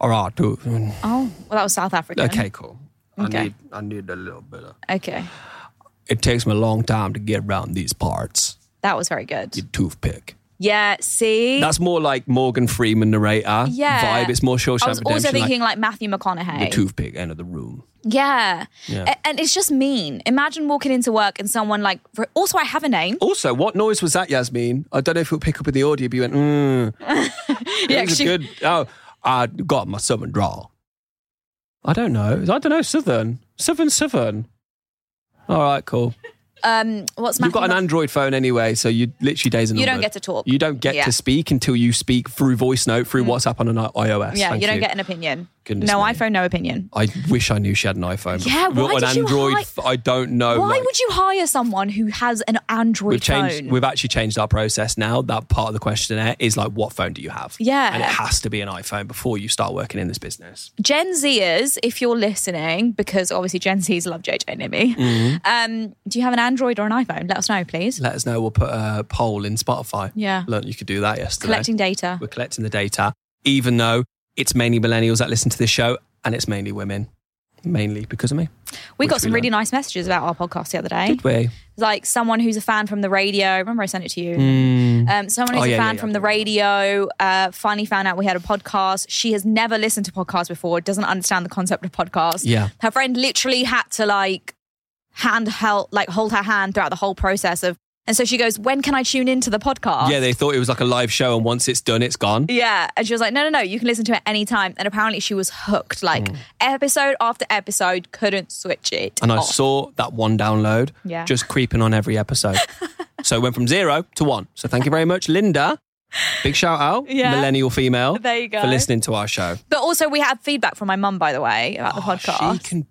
[SPEAKER 2] All right, do-
[SPEAKER 1] oh well that was south african
[SPEAKER 2] okay, cool. I
[SPEAKER 1] Okay.
[SPEAKER 2] need I need a little bit. Of,
[SPEAKER 1] okay
[SPEAKER 2] it takes me a long time to get around these parts.
[SPEAKER 1] that was very good
[SPEAKER 2] Your toothpick.
[SPEAKER 1] yeah see
[SPEAKER 2] That's more like Morgan Freeman narrator
[SPEAKER 1] Yeah.
[SPEAKER 2] vibe. It's more Shawshank
[SPEAKER 1] i was
[SPEAKER 2] Redemption.
[SPEAKER 1] also
[SPEAKER 2] like,
[SPEAKER 1] thinking like matthew
[SPEAKER 2] the
[SPEAKER 1] mcconaughey
[SPEAKER 2] toothpick end of the room.
[SPEAKER 1] yeah,
[SPEAKER 2] Yeah.
[SPEAKER 1] A- and it's just mean imagine walking into work and someone like for- also i have a name
[SPEAKER 2] Also, what noise was that, Yasmin? I don't know if it'll pick up in the audio, but you went, mm.
[SPEAKER 1] yeah
[SPEAKER 2] It was a
[SPEAKER 1] she-
[SPEAKER 2] good. Oh, I got my southern drawl. I don't know. I don't know. Southern. Southern, southern. All right, cool.
[SPEAKER 1] um what's
[SPEAKER 2] You've
[SPEAKER 1] matthew
[SPEAKER 2] got an Android phone anyway, so you literally days and
[SPEAKER 1] You don't
[SPEAKER 2] numbered.
[SPEAKER 1] get to talk.
[SPEAKER 2] You don't get
[SPEAKER 1] Yeah. Mm.
[SPEAKER 2] to speak until you speak through voice note, through WhatsApp on an i- iOS.
[SPEAKER 1] Yeah,
[SPEAKER 2] Thank
[SPEAKER 1] you don't get an opinion.
[SPEAKER 2] Goodness
[SPEAKER 1] no
[SPEAKER 2] me.
[SPEAKER 1] iPhone, no opinion.
[SPEAKER 2] I wish I knew she had an iPhone. but-
[SPEAKER 1] Yeah, why
[SPEAKER 2] but an
[SPEAKER 1] did you
[SPEAKER 2] Android.
[SPEAKER 1] hi-
[SPEAKER 2] f- I don't know.
[SPEAKER 1] Why
[SPEAKER 2] like,
[SPEAKER 1] would you hire someone who has an Android
[SPEAKER 2] Oh, we've changed?
[SPEAKER 1] phone?
[SPEAKER 2] We've actually changed our process now. That part of the questionnaire is like, what phone do you have?
[SPEAKER 1] Yeah.
[SPEAKER 2] and it has to be an iPhone before you start working in this business.
[SPEAKER 1] Gen Zers, if you're listening, because obviously Gen Zs love JJ and Nimi, um, do you have an Android or an iPhone? Let us know, please.
[SPEAKER 2] Mm-hmm. Let us know. We'll put a poll in Spotify.
[SPEAKER 1] Yeah.
[SPEAKER 2] learned you could do that yesterday.
[SPEAKER 1] Collecting data.
[SPEAKER 2] We're collecting the data, even though it's mainly millennials that listen to this show, and it's mainly women, mainly because of me.
[SPEAKER 1] We
[SPEAKER 2] which
[SPEAKER 1] got some
[SPEAKER 2] we
[SPEAKER 1] really nice messages about our podcast the other day.
[SPEAKER 2] Did we?
[SPEAKER 1] Like someone who's a fan from the radio. Remember, I sent it to you. Um, someone
[SPEAKER 2] Oh,
[SPEAKER 1] who's a
[SPEAKER 2] yeah, yeah,
[SPEAKER 1] fan
[SPEAKER 2] yeah,
[SPEAKER 1] from
[SPEAKER 2] I
[SPEAKER 1] the radio uh, finally found out we had a podcast. She has never listened to podcasts before, doesn't understand the concept of podcast.
[SPEAKER 2] Yeah.
[SPEAKER 1] Her friend literally had to like hand held, like hold her hand throughout the whole process of, and so she goes, when can I tune into the podcast?
[SPEAKER 2] Yeah, they thought it was like a live show, and once it's done, it's gone.
[SPEAKER 1] Yeah. And she was like, no, no, no, you can listen to it anytime. And apparently she was hooked, like episode after episode, couldn't switch it.
[SPEAKER 2] Hmm. And I
[SPEAKER 1] off.
[SPEAKER 2] saw that one download
[SPEAKER 1] Oh. Yeah.
[SPEAKER 2] just creeping on every episode. so it went from zero to one. So thank you very much, Linda. Big shout out,
[SPEAKER 1] Yeah.
[SPEAKER 2] millennial female,
[SPEAKER 1] There you go.
[SPEAKER 2] for listening to our show.
[SPEAKER 1] But also, we had feedback from my mum, by the way, about the podcast.
[SPEAKER 2] Oh, She can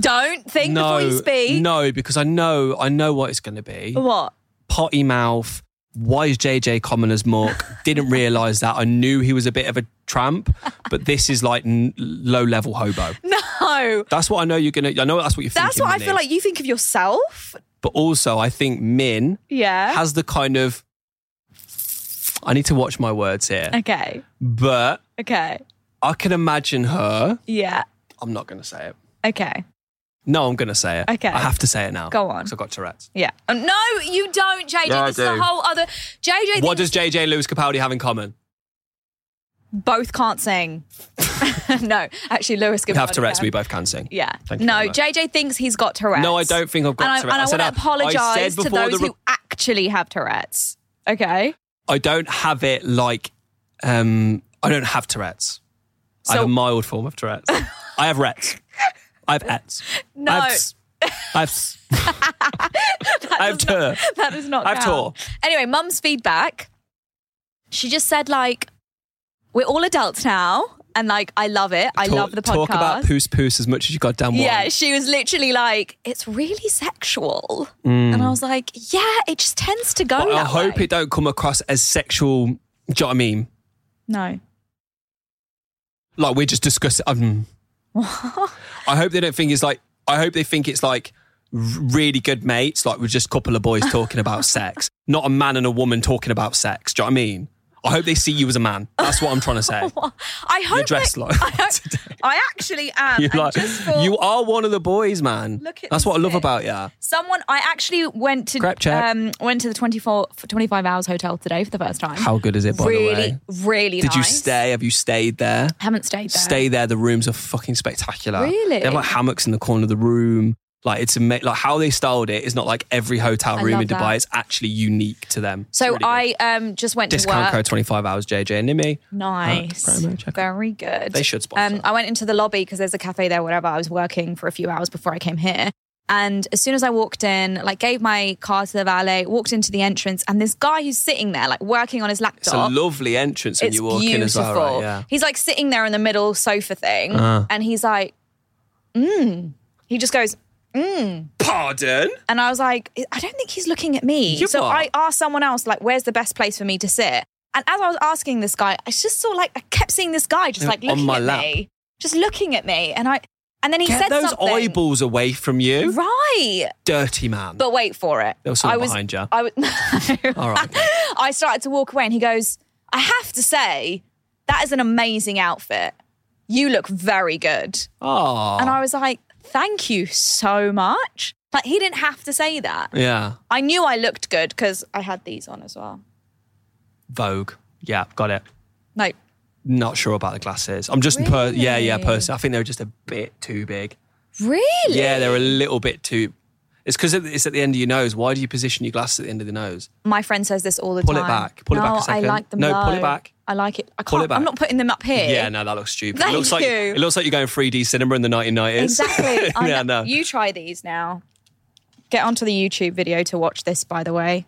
[SPEAKER 1] Don't think
[SPEAKER 2] no,
[SPEAKER 1] before you speak.
[SPEAKER 2] no, because I know, I know what it's going to be.
[SPEAKER 1] What?
[SPEAKER 2] potty mouth. Why is JJ common as muck? Didn't realise that. I knew he was a bit of a tramp, but this is like n- low level hobo.
[SPEAKER 1] No.
[SPEAKER 2] That's what I know you're gonna. I know that's what you're thinking.
[SPEAKER 1] That's what I
[SPEAKER 2] Min
[SPEAKER 1] feel
[SPEAKER 2] is.
[SPEAKER 1] like you think of yourself.
[SPEAKER 2] But also, I think Min
[SPEAKER 1] Yeah.
[SPEAKER 2] has the kind of. I need to watch my words here,
[SPEAKER 1] okay.
[SPEAKER 2] but
[SPEAKER 1] Okay.
[SPEAKER 2] I can imagine her.
[SPEAKER 1] Yeah.
[SPEAKER 2] I'm not gonna say it.
[SPEAKER 1] Okay.
[SPEAKER 2] No, I'm gonna say it.
[SPEAKER 1] Okay.
[SPEAKER 2] I have to say it now.
[SPEAKER 1] Go on.
[SPEAKER 2] 'cause I've got Tourette's.
[SPEAKER 1] Yeah. Um, no, you don't, JJ.
[SPEAKER 2] Yeah, I
[SPEAKER 1] this is a
[SPEAKER 2] do.
[SPEAKER 1] whole other. JJ,
[SPEAKER 2] What
[SPEAKER 1] what
[SPEAKER 2] does JJ and Lewis Capaldi have in common?
[SPEAKER 1] both can't sing. no, actually, Lewis can.
[SPEAKER 2] We have Tourette's. We both can sing.
[SPEAKER 1] Yeah.
[SPEAKER 2] Thank you
[SPEAKER 1] no,
[SPEAKER 2] very much.
[SPEAKER 1] JJ thinks he's got Tourette's.
[SPEAKER 2] No, I don't think I've got
[SPEAKER 1] and I,
[SPEAKER 2] Tourette's.
[SPEAKER 1] And I,
[SPEAKER 2] said
[SPEAKER 1] want to
[SPEAKER 2] I
[SPEAKER 1] apologize
[SPEAKER 2] said
[SPEAKER 1] to
[SPEAKER 2] before
[SPEAKER 1] those
[SPEAKER 2] the re-
[SPEAKER 1] who actually have Tourette's. Okay.
[SPEAKER 2] I don't have it like um I don't have Tourette's. I have
[SPEAKER 1] So-
[SPEAKER 2] a mild form of Tourette's. I have Rets. I have Ets.
[SPEAKER 1] No.
[SPEAKER 2] I have s- I have, s- I have Tur.
[SPEAKER 1] that is not.
[SPEAKER 2] I've
[SPEAKER 1] count. Anyway, mum's feedback. She just said like, "We're all adults now, and like, I love it. I love the podcast."
[SPEAKER 2] Talk about poos poos as much as you goddamn want.
[SPEAKER 1] Yeah, she was literally like, "It's really sexual," and I was like, "Yeah, it just tends to go."
[SPEAKER 2] Mm. But I
[SPEAKER 1] that
[SPEAKER 2] hope
[SPEAKER 1] way."
[SPEAKER 2] it don't come across as sexual. Do you know what I mean?
[SPEAKER 1] No,
[SPEAKER 2] Like we're just discussing. Um, I hope they don't think it's like. I hope they think it's like r- really good mates. Like we're just a couple of boys talking about sex, not a man and a woman talking about sex. Do you know what I mean? I hope they see you as a man. That's what I'm trying to say.
[SPEAKER 1] I hope
[SPEAKER 2] dressed
[SPEAKER 1] that-
[SPEAKER 2] like
[SPEAKER 1] I, hope- I actually am.
[SPEAKER 2] You're
[SPEAKER 1] and
[SPEAKER 2] like,
[SPEAKER 1] just for
[SPEAKER 2] you are one of the boys, man.
[SPEAKER 1] Look at
[SPEAKER 2] That's what I love
[SPEAKER 1] this.
[SPEAKER 2] about you.
[SPEAKER 1] someone, I actually went to
[SPEAKER 2] Crap check.
[SPEAKER 1] um went to the 24, 25 hours hotel today for the first time.
[SPEAKER 2] How good is it, by
[SPEAKER 1] really,
[SPEAKER 2] the way?
[SPEAKER 1] really
[SPEAKER 2] Did you
[SPEAKER 1] nice.
[SPEAKER 2] stay? Have you stayed there?
[SPEAKER 1] Haven't stayed there.
[SPEAKER 2] Stay there. The rooms are fucking spectacular.
[SPEAKER 1] Really?
[SPEAKER 2] They have like hammocks in the corner of the room. Like it's ama- like how they styled it is not like every hotel
[SPEAKER 1] I
[SPEAKER 2] room in
[SPEAKER 1] love
[SPEAKER 2] Dubai.
[SPEAKER 1] that.
[SPEAKER 2] It's actually unique to them. It's
[SPEAKER 1] So
[SPEAKER 2] really good.
[SPEAKER 1] I um just went to
[SPEAKER 2] discount
[SPEAKER 1] work.
[SPEAKER 2] code twenty five hours JJ and Nimi.
[SPEAKER 1] Nice.
[SPEAKER 2] promo, check it.
[SPEAKER 1] Very good.
[SPEAKER 2] They should sponsor.
[SPEAKER 1] Um, I went into the lobby because there's a cafe there, whatever. I was working for a few hours before I came here. And as soon as I walked in, like gave my car to the valet, walked into the entrance, and this guy who's sitting there, like working on his laptop.
[SPEAKER 2] It's a lovely entrance when
[SPEAKER 1] It's
[SPEAKER 2] you walk
[SPEAKER 1] beautiful.
[SPEAKER 2] in as well. Right? Yeah. Uh-huh.
[SPEAKER 1] He's like sitting there in the middle sofa thing, and he's like, "Mmm." He just goes,
[SPEAKER 2] Pardon.
[SPEAKER 1] and I was like, "I don't think he's looking at me."
[SPEAKER 2] You
[SPEAKER 1] so
[SPEAKER 2] are.
[SPEAKER 1] I asked someone else, like, "Where's the best place for me to sit?" And as I was asking this guy, I just saw like I kept seeing this guy just like
[SPEAKER 2] on
[SPEAKER 1] looking
[SPEAKER 2] my
[SPEAKER 1] at
[SPEAKER 2] lap.
[SPEAKER 1] me, just looking at me, and I, and then he
[SPEAKER 2] Get
[SPEAKER 1] said
[SPEAKER 2] those
[SPEAKER 1] something.
[SPEAKER 2] eyeballs away from you,
[SPEAKER 1] Right,
[SPEAKER 2] dirty man.
[SPEAKER 1] but wait for it.
[SPEAKER 2] was someone
[SPEAKER 1] I was,
[SPEAKER 2] behind you.
[SPEAKER 1] I was.
[SPEAKER 2] All right.
[SPEAKER 1] I started to walk away, and he goes, "I have to say, that is an amazing outfit. You look very good."
[SPEAKER 2] Oh.
[SPEAKER 1] And I was like, "Thank you so much." Like he didn't have to say that.
[SPEAKER 2] yeah.
[SPEAKER 1] I knew I looked good because I had these on as well.
[SPEAKER 2] Vogue. Yeah. Got it.
[SPEAKER 1] No,
[SPEAKER 2] Not sure about the glasses. I'm just per- yeah, yeah,
[SPEAKER 1] Really?
[SPEAKER 2] person. I think they're just a bit too big.
[SPEAKER 1] really?
[SPEAKER 2] Yeah, they're a little bit too. It's because it's at the end of your nose. Why do you position your glasses at the end of the nose?
[SPEAKER 1] My friend says this all the
[SPEAKER 2] Pull it
[SPEAKER 1] time.
[SPEAKER 2] back. Pull it
[SPEAKER 1] no,
[SPEAKER 2] back a second.
[SPEAKER 1] I like them.
[SPEAKER 2] No,
[SPEAKER 1] low.
[SPEAKER 2] pull it back.
[SPEAKER 1] I like it. I can't.
[SPEAKER 2] Pull it back.
[SPEAKER 1] I'm not putting them up here.
[SPEAKER 2] Yeah, no, that looks stupid.
[SPEAKER 1] Thank
[SPEAKER 2] it looks like
[SPEAKER 1] you.
[SPEAKER 2] it looks like you're going 3D cinema in the 1990s.
[SPEAKER 1] Exactly. I
[SPEAKER 2] yeah,
[SPEAKER 1] know.
[SPEAKER 2] no.
[SPEAKER 1] You try these now. Get onto the YouTube video to watch this. By the way,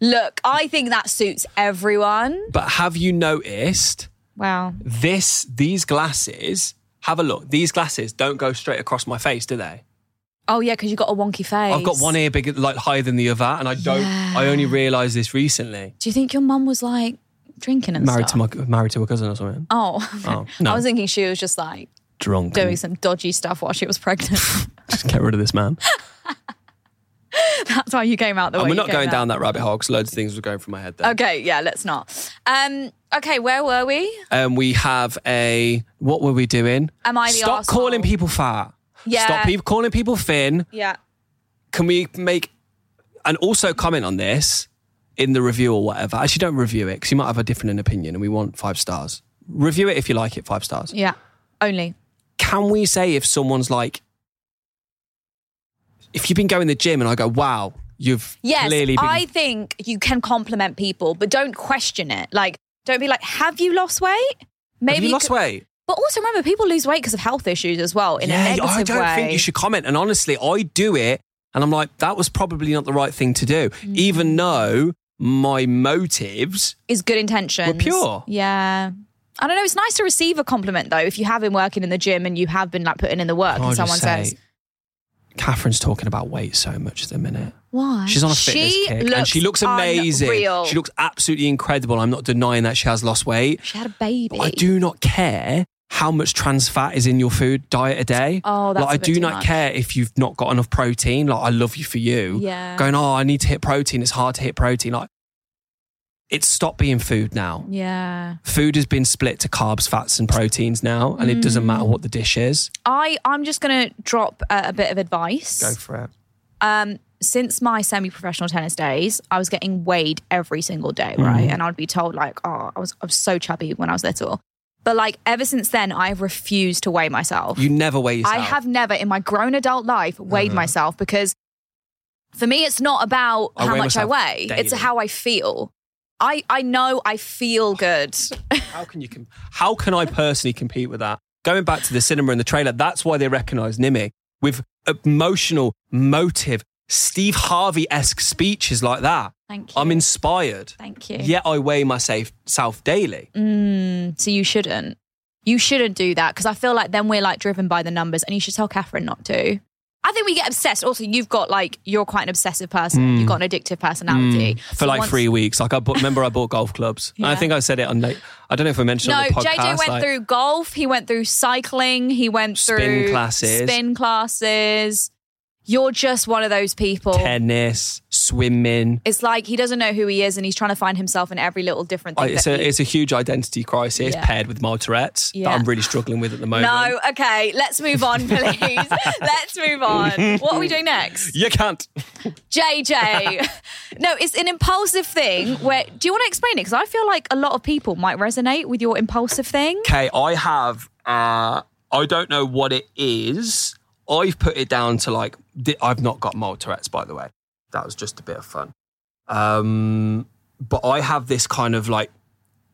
[SPEAKER 1] look, I think that suits everyone.
[SPEAKER 2] But have you noticed
[SPEAKER 1] Wow.
[SPEAKER 2] this? These glasses. Have a look. These glasses don't go straight across my face, do they?
[SPEAKER 1] Oh yeah, because you got a wonky face.
[SPEAKER 2] I've got one ear bigger, like higher than the other, and I don't. I only realised this recently.
[SPEAKER 1] Do you think your mum was like drinking and
[SPEAKER 2] Married
[SPEAKER 1] stuff?
[SPEAKER 2] to my married to a cousin or something.
[SPEAKER 1] Oh,
[SPEAKER 2] Oh, no.
[SPEAKER 1] I was thinking she was just like
[SPEAKER 2] Drunk.
[SPEAKER 1] doing some dodgy stuff while she was pregnant.
[SPEAKER 2] Just get rid of this man.
[SPEAKER 1] That's why you came out the way.
[SPEAKER 2] And we're
[SPEAKER 1] you
[SPEAKER 2] not
[SPEAKER 1] came
[SPEAKER 2] going
[SPEAKER 1] out.
[SPEAKER 2] down that rabbit hole because loads of things were going through my head there.
[SPEAKER 1] Okay, yeah, let's not. Um, okay, where were we?
[SPEAKER 2] Um, we have a what were we doing?
[SPEAKER 1] Am I the
[SPEAKER 2] Stop
[SPEAKER 1] arsehole?
[SPEAKER 2] calling people fat.
[SPEAKER 1] Yeah.
[SPEAKER 2] Stop people calling people thin.
[SPEAKER 1] Yeah.
[SPEAKER 2] Can we make and also comment on this in the review or whatever? Actually, don't review it because you might have a different opinion, and we want five stars. Review it if you like it, five stars.
[SPEAKER 1] Yeah. Only.
[SPEAKER 2] Can we say if someone's like, if you've been going to the gym and I go, wow, you've
[SPEAKER 1] Yes,
[SPEAKER 2] clearly been
[SPEAKER 1] I think you can compliment people, but don't question it. Like, don't be like, "Have you lost weight?" Maybe
[SPEAKER 2] have you lost
[SPEAKER 1] could-
[SPEAKER 2] weight?
[SPEAKER 1] But also remember, people lose weight because of health issues as well. In a negative
[SPEAKER 2] I don't
[SPEAKER 1] way.
[SPEAKER 2] think you should comment. And honestly, I do it, and I'm like, that was probably not the right thing to do,
[SPEAKER 1] Mm.
[SPEAKER 2] even though my motives.
[SPEAKER 1] Is good intentions.
[SPEAKER 2] We're pure.
[SPEAKER 1] Yeah. I don't know. It's nice to receive a compliment though, if you have been working in the gym and you have been like putting in the work,
[SPEAKER 2] I'll
[SPEAKER 1] and
[SPEAKER 2] just
[SPEAKER 1] someone
[SPEAKER 2] say,
[SPEAKER 1] says,
[SPEAKER 2] Catherine's talking about weight so much at the minute.
[SPEAKER 1] "Why?"
[SPEAKER 2] She's on a
[SPEAKER 1] She
[SPEAKER 2] fitness kick, and she looks amazing.
[SPEAKER 1] unreal.
[SPEAKER 2] She looks absolutely incredible. I'm not denying that she has lost weight.
[SPEAKER 1] She had a baby.
[SPEAKER 2] I do not care how much trans fat is in your food diet a day.
[SPEAKER 1] Oh, that's
[SPEAKER 2] like
[SPEAKER 1] a
[SPEAKER 2] I
[SPEAKER 1] bit
[SPEAKER 2] do
[SPEAKER 1] too
[SPEAKER 2] not
[SPEAKER 1] much.
[SPEAKER 2] care if you've not got enough protein. Like I love you for you.
[SPEAKER 1] Yeah.
[SPEAKER 2] Going, oh, I need to hit protein. It's hard to hit protein. Like it's stopped being food now.
[SPEAKER 1] Yeah.
[SPEAKER 2] Food has been split to carbs, fats, and proteins now, and it
[SPEAKER 1] Mm.
[SPEAKER 2] doesn't matter what the dish is.
[SPEAKER 1] I I'm just going to drop uh, a bit of
[SPEAKER 2] Go
[SPEAKER 1] advice.
[SPEAKER 2] for it.
[SPEAKER 1] Um since my semi-professional tennis days, I was getting weighed every single day, right?
[SPEAKER 2] Mm-hmm.
[SPEAKER 1] And I'd be told like, "Oh, I was I was so chubby when I was little." But like ever since then, I've refused to weigh myself.
[SPEAKER 2] You never weigh yourself. Mm-hmm.
[SPEAKER 1] I have never in my grown adult life weighed myself because for me, it's not about
[SPEAKER 2] I
[SPEAKER 1] how
[SPEAKER 2] weigh
[SPEAKER 1] much I
[SPEAKER 2] myself
[SPEAKER 1] weigh. It's
[SPEAKER 2] daily.
[SPEAKER 1] how I feel. I, I know I feel good.
[SPEAKER 2] How can you? Com- how can I personally compete with that? Going back to the cinema and the trailer, that's why they recognise Nimi with emotional motive, Steve Harvey esque speeches like that.
[SPEAKER 1] Thank you.
[SPEAKER 2] I'm inspired.
[SPEAKER 1] Thank you. Mm.
[SPEAKER 2] Yet I weigh myself self daily.
[SPEAKER 1] So you shouldn't. You shouldn't do that because I feel like then we're like driven by the numbers, and you should tell Catherine not to. I think we get obsessed. Also, you've got like you're quite an obsessive person. You've got an addictive personality.
[SPEAKER 2] Hmm. for like
[SPEAKER 1] once-
[SPEAKER 2] three weeks. Like I bought, remember I bought golf clubs. And I
[SPEAKER 1] Yeah.
[SPEAKER 2] think I said it on. Like, I don't know if I mentioned
[SPEAKER 1] No,
[SPEAKER 2] on the podcast.
[SPEAKER 1] JJ went
[SPEAKER 2] like,
[SPEAKER 1] through golf. He went through cycling. He went
[SPEAKER 2] Spin
[SPEAKER 1] through
[SPEAKER 2] classes.
[SPEAKER 1] Spin classes. You're just one of those people.
[SPEAKER 2] tennis, swimming.
[SPEAKER 1] It's like he doesn't know who he is, and he's trying to find himself in every little different
[SPEAKER 2] I-
[SPEAKER 1] thing.
[SPEAKER 2] Oh, It's
[SPEAKER 1] that
[SPEAKER 2] a
[SPEAKER 1] he-
[SPEAKER 2] it's a huge identity crisis
[SPEAKER 1] Yeah.
[SPEAKER 2] paired with my Tourette's
[SPEAKER 1] Yeah.
[SPEAKER 2] that I'm really struggling with at the moment.
[SPEAKER 1] no, okay, let's move on, please. let's move on. What are we doing next?
[SPEAKER 2] you can't.
[SPEAKER 1] JJ. no, it's an impulsive thing where, do you want to explain it? Because I feel like a lot of people might resonate with your impulsive thing.
[SPEAKER 2] Okay, I have. Uh, I don't know what it is. I've put it down to like. di- I've not got mild Tourette's, by the way. That was just a bit of fun. Um, but I have this kind of like.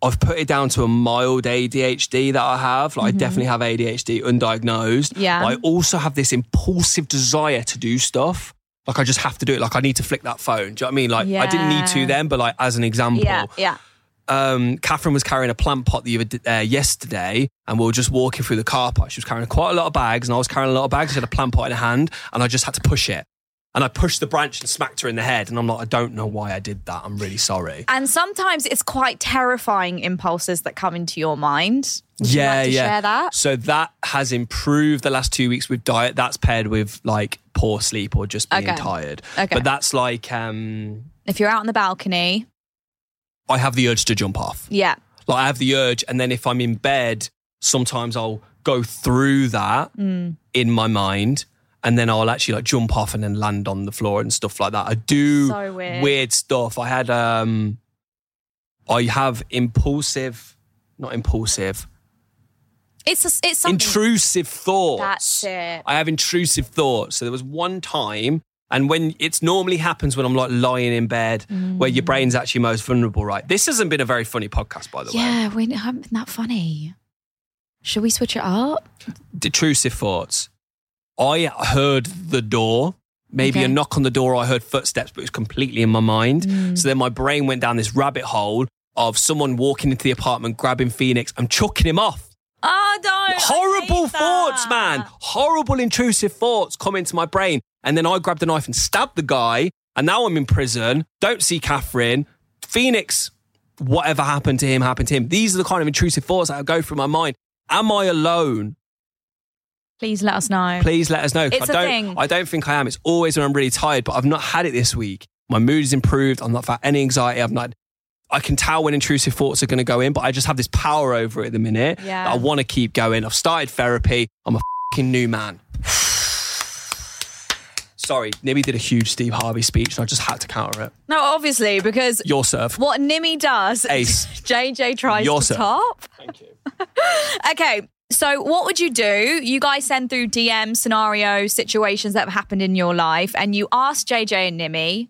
[SPEAKER 2] I've put it down to a mild ADHD that I have. Like I definitely have ADHD undiagnosed.
[SPEAKER 1] Mm-hmm. Yeah.
[SPEAKER 2] But I also have this impulsive desire to do stuff. Like I just have to do it. Like I need to flick that phone. Do you know what I mean? Like I didn't need to
[SPEAKER 1] Yeah.
[SPEAKER 2] then, but like as an example
[SPEAKER 1] Yeah, yeah.
[SPEAKER 2] um, Catherine was carrying a plant pot the other d- uh, yesterday, and we were just walking through the car park. She was carrying quite a lot of bags, and I was carrying a lot of bags. She had a plant pot in her hand, and I just had to push it. And I pushed the branch and smacked her in the head. And I'm like, I don't know why I did that. I'm really sorry.
[SPEAKER 1] And sometimes it's quite terrifying impulses that come into your mind. Would you like to Share that.
[SPEAKER 2] So that has improved the last two weeks with diet. That's paired with like poor sleep or just being
[SPEAKER 1] Okay.
[SPEAKER 2] tired.
[SPEAKER 1] Okay.
[SPEAKER 2] But that's like, um,
[SPEAKER 1] If you're out on the balcony,
[SPEAKER 2] I have the urge to jump off.
[SPEAKER 1] yeah,
[SPEAKER 2] Like I have the urge, and then if I'm in bed, sometimes I'll go through that
[SPEAKER 1] Mm.
[SPEAKER 2] in my mind, and then I'll actually like jump off and then land on the floor and stuff like that. I do
[SPEAKER 1] So weird.
[SPEAKER 2] stuff. I had um, I have impulsive, not impulsive,
[SPEAKER 1] it's a, it's something.
[SPEAKER 2] intrusive thoughts.
[SPEAKER 1] That's it.
[SPEAKER 2] I have intrusive thoughts. So there was one time, and when it's normally happens when I'm like lying in bed,
[SPEAKER 1] Mm.
[SPEAKER 2] where your brain's actually most vulnerable. Right. This hasn't been a very funny podcast, by the way.
[SPEAKER 1] yeah, we haven't been that funny. Should we switch it up?
[SPEAKER 2] detrusive thoughts. I heard the door, maybe a
[SPEAKER 1] Okay.
[SPEAKER 2] knock on the door. I heard footsteps, but it was completely in my mind. So then my brain went down this rabbit hole of someone walking into the apartment, grabbing Phoenix, and chucking him off.
[SPEAKER 1] Oh, don't.
[SPEAKER 2] Horrible thoughts, man. Horrible intrusive thoughts come into my brain. And then I grabbed a knife and stabbed the guy. And now I'm in prison. Don't see Catherine. Phoenix, whatever happened to him, happened to him. These are the kind of intrusive thoughts that go through my mind. Am I alone?
[SPEAKER 1] Please let us know.
[SPEAKER 2] please let us know. 'cause
[SPEAKER 1] It's
[SPEAKER 2] I
[SPEAKER 1] a
[SPEAKER 2] don't,
[SPEAKER 1] thing.
[SPEAKER 2] I don't think I am. It's always when I'm really tired, but I've not had it this week. My mood is improved. I'm not felt any anxiety. I've not. I can tell when intrusive thoughts are going to go in, but I just have this power over it at the minute.
[SPEAKER 1] Yeah.
[SPEAKER 2] that I want to keep going. I've started therapy. I'm a fucking new man. Sorry, Nibby did a huge Steve Harvey speech, and I just had to counter it.
[SPEAKER 1] No, obviously, because
[SPEAKER 2] Your serve.
[SPEAKER 1] what Nimmy does,
[SPEAKER 2] Ace.
[SPEAKER 1] JJ tries
[SPEAKER 2] Your
[SPEAKER 1] to
[SPEAKER 2] serve.
[SPEAKER 1] top.
[SPEAKER 2] Thank you.
[SPEAKER 1] Okay. So, what would you do? You guys send through DM scenarios, situations that have happened in your life, and you ask JJ and Nimi,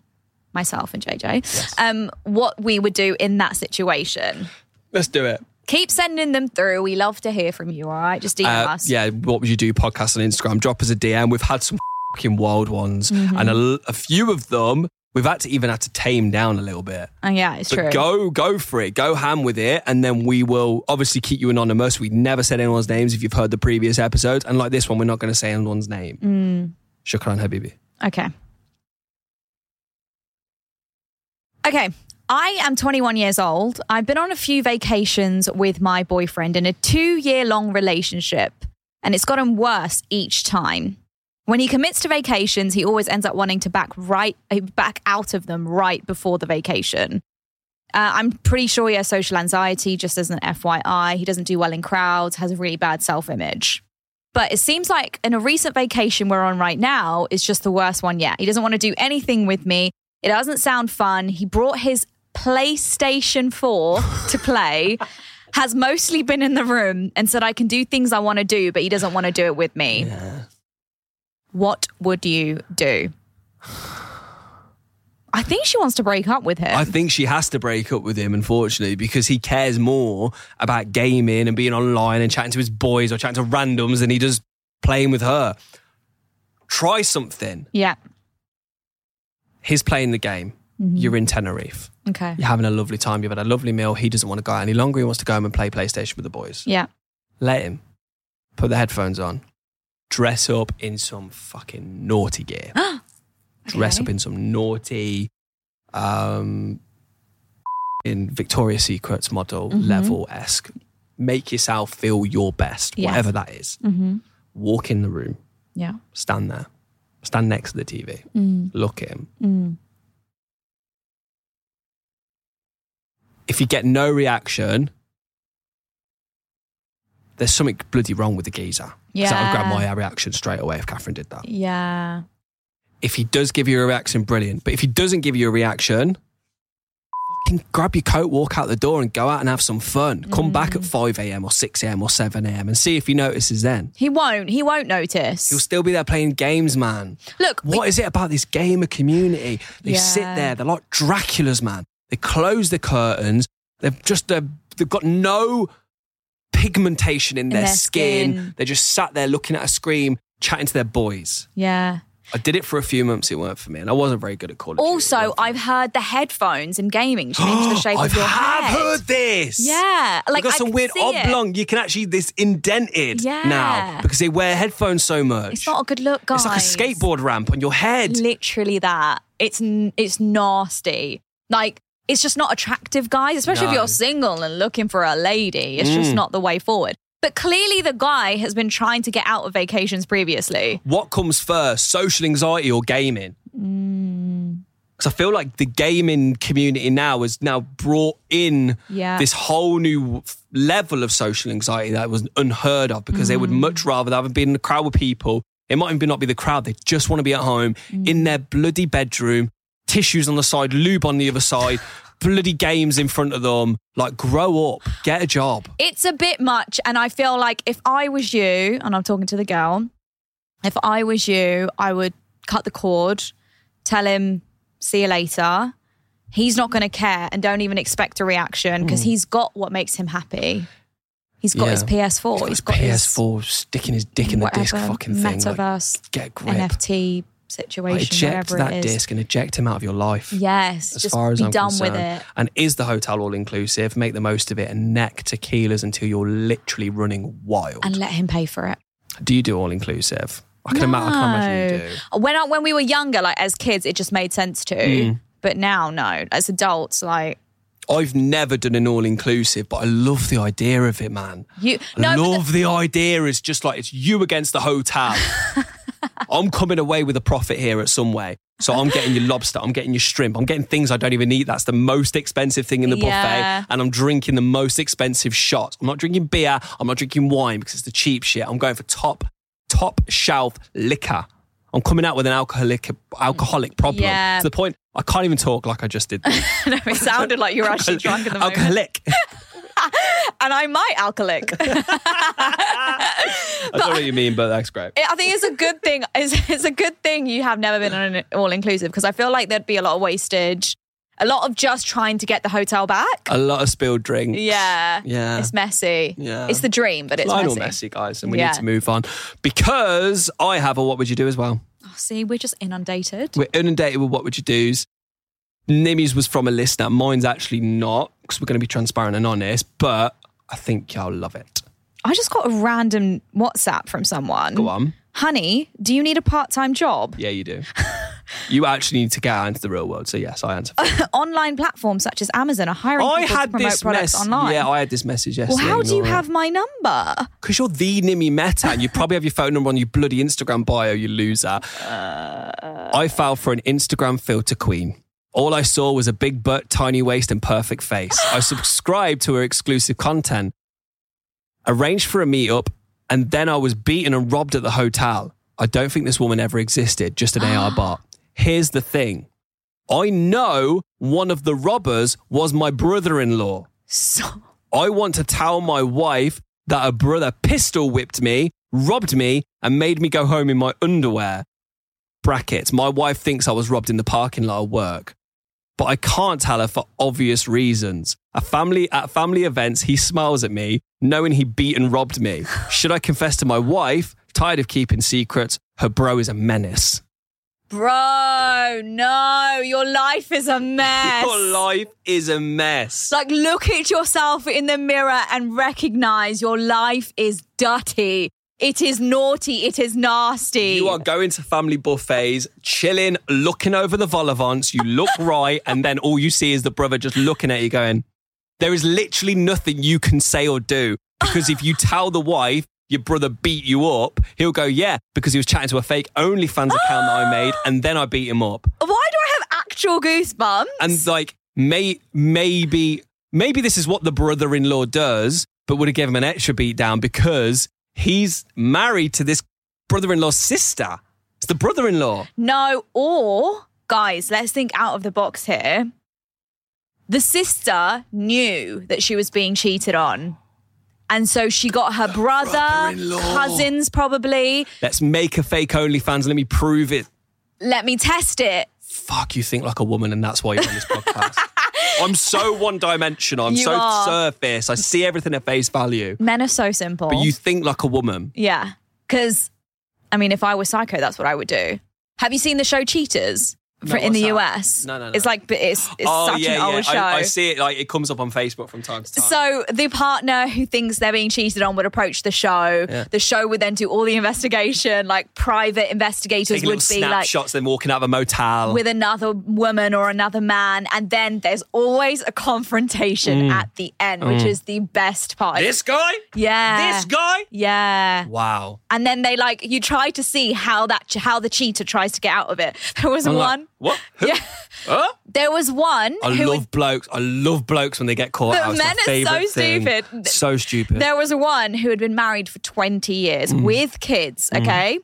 [SPEAKER 1] myself and JJ, um, what we would do in that situation.
[SPEAKER 2] Let's do it.
[SPEAKER 1] Keep sending them through. We love to hear from you, all right? Just DM
[SPEAKER 2] Uh,
[SPEAKER 1] us.
[SPEAKER 2] yeah, what would you do? Podcast on Instagram. Drop us a DM. We've had some fucking wild ones, and a, l- a few of them we've had to even had to tame down a little bit.
[SPEAKER 1] Oh, yeah, it's
[SPEAKER 2] But
[SPEAKER 1] true.
[SPEAKER 2] go, go for it. Go ham with it, and then we will obviously keep you anonymous. We never said anyone's names if you've heard the previous episodes, and like this one, we're not going to say anyone's name. Shukran Habibi.
[SPEAKER 1] Okay. Okay. I am 21 years old. I've been on a few vacations with my boyfriend in a two year long relationship, and it's gotten worse each time. When he commits to vacations, he always ends up wanting to back right uh, back out of them right before the vacation. Uh, I'm pretty sure he has social anxiety, just as an FYI. He doesn't do well in crowds, has a really bad self image. But it seems like in a recent vacation we're on right now is just the worst one yet. He doesn't want to do anything with me. It doesn't sound fun. He brought his PlayStation 4 to play, has mostly been in the room and said, I can do things I want to do, but he doesn't want to do it with me. What would you do? I think she wants to break up with him.
[SPEAKER 2] I think she has to break up with him, unfortunately, because he cares more about gaming and being online and chatting to his boys or chatting to randoms than he does playing with her. Try something.
[SPEAKER 1] yeah.
[SPEAKER 2] He's playing the game. You're in Tenerife.
[SPEAKER 1] Okay.
[SPEAKER 2] You're having a lovely time. You've had a lovely meal. He doesn't want to go out any longer. He wants to go home and play PlayStation with the boys.
[SPEAKER 1] Yeah.
[SPEAKER 2] Let him. Put the headphones on. dress up in some fucking naughty gear. Dress
[SPEAKER 1] Okay.
[SPEAKER 2] up in some naughty, um, in Victoria's Secrets model level esque. Make yourself feel your best,
[SPEAKER 1] Yeah.
[SPEAKER 2] whatever that is. Walk in the room,
[SPEAKER 1] Mm-hmm. Yeah.
[SPEAKER 2] stand there, stand next to the TV, look at him. If you get no reaction, there's something bloody wrong with the geezer. 'Cause That would grab
[SPEAKER 1] Yeah.
[SPEAKER 2] my reaction straight away if Catherine did that.
[SPEAKER 1] Yeah.
[SPEAKER 2] If he does give you a reaction, brilliant. But if he doesn't give you a reaction, fucking grab your coat, walk out the door, and go out and have some fun. Come back at 5 a.m. or 6 a.m. or 7 a.m. and see if he notices then.
[SPEAKER 1] He won't. He won't notice.
[SPEAKER 2] He'll still be there playing games, man.
[SPEAKER 1] Look, we-
[SPEAKER 2] What is it about this gamer community? They sit
[SPEAKER 1] Yeah.
[SPEAKER 2] there, they're like Dracula's man. They close the curtains. They've just they've, they've got no pigmentation in their,
[SPEAKER 1] their
[SPEAKER 2] skin.
[SPEAKER 1] skin.
[SPEAKER 2] They just sat there looking at a screen, chatting to their boys.
[SPEAKER 1] yeah.
[SPEAKER 2] I did it for a few months. It weren't for me, and I wasn't very good at Call of Duty.
[SPEAKER 1] Also, I've heard the headphones in gaming change the shape
[SPEAKER 2] I
[SPEAKER 1] of your
[SPEAKER 2] have
[SPEAKER 1] head.
[SPEAKER 2] heard this.
[SPEAKER 1] Yeah, like
[SPEAKER 2] I've got
[SPEAKER 1] I
[SPEAKER 2] some
[SPEAKER 1] can
[SPEAKER 2] weird
[SPEAKER 1] see it.
[SPEAKER 2] oblong. You can actually this indented
[SPEAKER 1] Yeah.
[SPEAKER 2] now because they wear headphones so much.
[SPEAKER 1] It's not a good look, guys.
[SPEAKER 2] It's like a skateboard ramp on your head.
[SPEAKER 1] Literally that. It's n- it's nasty. Like it's just not attractive, guys. Especially if
[SPEAKER 2] No. Mm.
[SPEAKER 1] you're single and looking for a lady. It's just not the way forward. But clearly, the guy has been trying to get out of vacations previously.
[SPEAKER 2] what comes first, social anxiety or gaming?
[SPEAKER 1] Mm.
[SPEAKER 2] Because I feel like the gaming community now has now brought in
[SPEAKER 1] Yeah.
[SPEAKER 2] this whole new level of social anxiety that was unheard of because they would
[SPEAKER 1] Mm.
[SPEAKER 2] much rather than be in a crowd with people. It might even not be the crowd. They just want to be at home
[SPEAKER 1] Mm.
[SPEAKER 2] in their bloody bedroom, tissues on the side, lube on the other side, bloody games in front of them. Like, grow up, get a job.
[SPEAKER 1] It's a bit much, and I feel like if I was you, and I'm talking to the girl, if I was you, I would cut the cord, tell him, see you later. He's not going to care and don't even expect a reaction because he's got what makes him happy. He's got
[SPEAKER 2] Hmm. Yeah.
[SPEAKER 1] his PS4.
[SPEAKER 2] He's
[SPEAKER 1] He's
[SPEAKER 2] got
[SPEAKER 1] got his,
[SPEAKER 2] PS4 sticking his dick in the disc
[SPEAKER 1] whatever
[SPEAKER 2] fucking thing. Like,
[SPEAKER 1] metaverse
[SPEAKER 2] get a grip.
[SPEAKER 1] NFT situation,
[SPEAKER 2] Like, eject
[SPEAKER 1] whatever
[SPEAKER 2] that
[SPEAKER 1] it is.
[SPEAKER 2] disc and eject him out of your life.
[SPEAKER 1] Yes,
[SPEAKER 2] As
[SPEAKER 1] just
[SPEAKER 2] far as
[SPEAKER 1] be
[SPEAKER 2] I'm
[SPEAKER 1] done
[SPEAKER 2] concerned.
[SPEAKER 1] with it.
[SPEAKER 2] And is the hotel all inclusive? Make the most of it and neck tequilas until you're literally running wild.
[SPEAKER 1] and let him pay for it.
[SPEAKER 2] do you do all inclusive? I can, ima- I can imagine you do.
[SPEAKER 1] When I, when we were younger, like as kids, it just made sense to.
[SPEAKER 2] Hmm.
[SPEAKER 1] But now, no. As adults, like
[SPEAKER 2] I've never done an all inclusive, but I love the idea of it, man.
[SPEAKER 1] you,
[SPEAKER 2] I
[SPEAKER 1] no, but the-
[SPEAKER 2] love the idea is just like it's you against the hotel. I'm coming away with a profit here at some way. So I'm getting your lobster, I'm getting your shrimp, I'm getting things I don't even eat. That's the most expensive thing in the buffet.
[SPEAKER 1] Yeah.
[SPEAKER 2] And I'm drinking the most expensive shot. I'm not drinking beer, I'm not drinking wine because it's the cheap shit. I'm going for top, top shelf liquor. I'm coming out with an alcoholic alcoholic problem.
[SPEAKER 1] Yeah.
[SPEAKER 2] To the point I can't even talk like I just did.
[SPEAKER 1] no, it sounded like you were actually drunk in the moment.
[SPEAKER 2] alcoholic.
[SPEAKER 1] And I might alcoholic.
[SPEAKER 2] I don't know what you mean, but that's great.
[SPEAKER 1] I think it's a good thing. It's, it's a good thing you have never been on an all inclusive because I feel like there'd be a lot of wastage, a lot of just trying to get the hotel back.
[SPEAKER 2] A lot of spilled drinks.
[SPEAKER 1] Yeah,
[SPEAKER 2] Yeah.
[SPEAKER 1] It's messy.
[SPEAKER 2] Yeah.
[SPEAKER 1] It's the dream, but it's
[SPEAKER 2] Lionel
[SPEAKER 1] messy.
[SPEAKER 2] Messi, guys, and we
[SPEAKER 1] Yeah.
[SPEAKER 2] need to move on because I have a what would you do as well.
[SPEAKER 1] Oh, see, we're just inundated.
[SPEAKER 2] We're inundated with what would you do's. Nimmy's was from a listener. Mine's actually not because we're going to be transparent and honest, but I think y'all love it.
[SPEAKER 1] I just got a random WhatsApp from someone.
[SPEAKER 2] Go on.
[SPEAKER 1] Honey, do you need a part time job?
[SPEAKER 2] Yeah, you do. you actually need to get out into the real world. So, yes, I answer. For you.
[SPEAKER 1] Online platforms such as Amazon are hiring people
[SPEAKER 2] I
[SPEAKER 1] Oh, to
[SPEAKER 2] had
[SPEAKER 1] promote
[SPEAKER 2] this
[SPEAKER 1] products
[SPEAKER 2] mess.
[SPEAKER 1] online.
[SPEAKER 2] Yeah, I had this message yesterday.
[SPEAKER 1] well, how do you have my number?
[SPEAKER 2] Because you're the Nimmy Meta and you probably have your phone number on your bloody Instagram bio, you loser. I fell for an Instagram filter queen. All I saw was a big butt, tiny waist, and perfect face. I subscribed to her exclusive content, arranged for a meetup, and then I was beaten and robbed at the hotel. I don't think this woman ever existed, just an AR bot. Here's the thing I know one of the robbers was my brother in law.
[SPEAKER 1] So,
[SPEAKER 2] I want to tell my wife that her brother pistol whipped me, robbed me, and made me go home in my underwear. Brackets. My wife thinks I was robbed in the parking lot at work, but I can't tell her for obvious reasons. A family at family events, he smiles at me, knowing he beat and robbed me. Should I confess to my wife? Tired of keeping secrets. Her bro is a menace.
[SPEAKER 1] bro, no, your life is a mess.
[SPEAKER 2] Your life is a mess.
[SPEAKER 1] Like, look at yourself in the mirror and recognize your life is dirty. It is naughty. It is nasty.
[SPEAKER 2] You are going to family buffets, chilling, looking over the volivants. You look right, and then all you see is the brother just looking at you, going, "There is literally nothing you can say or do because if you tell the wife." Your brother beat you up. He'll go, yeah, because he was chatting to a fake OnlyFans account that I made, and then I beat him up.
[SPEAKER 1] Why do I have actual goosebumps?
[SPEAKER 2] And like, may maybe maybe this is what the brother-in-law does, but would have given him an extra beat down because he's married to this brother-in-law's sister. It's the brother-in-law.
[SPEAKER 1] No, or guys, let's think out of the box here. The sister knew that she was being cheated on. And so she got her brother,
[SPEAKER 2] brother-in-law.
[SPEAKER 1] cousins probably.
[SPEAKER 2] Let's make a fake OnlyFans. Let me prove it.
[SPEAKER 1] Let me test it.
[SPEAKER 2] Fuck, you think like a woman, and that's why you're on this podcast. I'm so one-dimensional. I'm
[SPEAKER 1] You
[SPEAKER 2] so
[SPEAKER 1] are.
[SPEAKER 2] surface. I see everything at face value.
[SPEAKER 1] Men are so simple.
[SPEAKER 2] But you think like a woman.
[SPEAKER 1] yeah. Because, I mean, if I was psycho, that's what I would do. Have you seen the show Cheaters
[SPEAKER 2] No,
[SPEAKER 1] for, in the
[SPEAKER 2] what's
[SPEAKER 1] US?
[SPEAKER 2] that? No, no, no.
[SPEAKER 1] It's like, but it's, it's such an old show.
[SPEAKER 2] Oh, I, I see it. Like it comes up on Facebook from time to time.
[SPEAKER 1] So the partner who thinks they're being cheated on would approach the show.
[SPEAKER 2] Yeah.
[SPEAKER 1] The show would then do all the investigation. Like private investigators
[SPEAKER 2] Taking
[SPEAKER 1] would
[SPEAKER 2] little
[SPEAKER 1] be like
[SPEAKER 2] snapshots, then walking out of a motel.
[SPEAKER 1] with another woman or another man, and then there's always a confrontation at the end, which is the best part.
[SPEAKER 2] Mm. this guy?
[SPEAKER 1] yeah,
[SPEAKER 2] This guy?
[SPEAKER 1] yeah.
[SPEAKER 2] Wow.
[SPEAKER 1] And then they like you try to see how that how the cheater tries to get out of it. There was
[SPEAKER 2] I'm like,
[SPEAKER 1] one.
[SPEAKER 2] what? Who?
[SPEAKER 1] Yeah.
[SPEAKER 2] Huh?
[SPEAKER 1] There was one
[SPEAKER 2] I
[SPEAKER 1] who
[SPEAKER 2] love
[SPEAKER 1] was
[SPEAKER 2] blokes. I love blokes when they get caught
[SPEAKER 1] But
[SPEAKER 2] out. It's my
[SPEAKER 1] men are so
[SPEAKER 2] favourite thing.
[SPEAKER 1] stupid.
[SPEAKER 2] So stupid.
[SPEAKER 1] There was one who had been married for 20 years
[SPEAKER 2] Mm.
[SPEAKER 1] with kids, okay?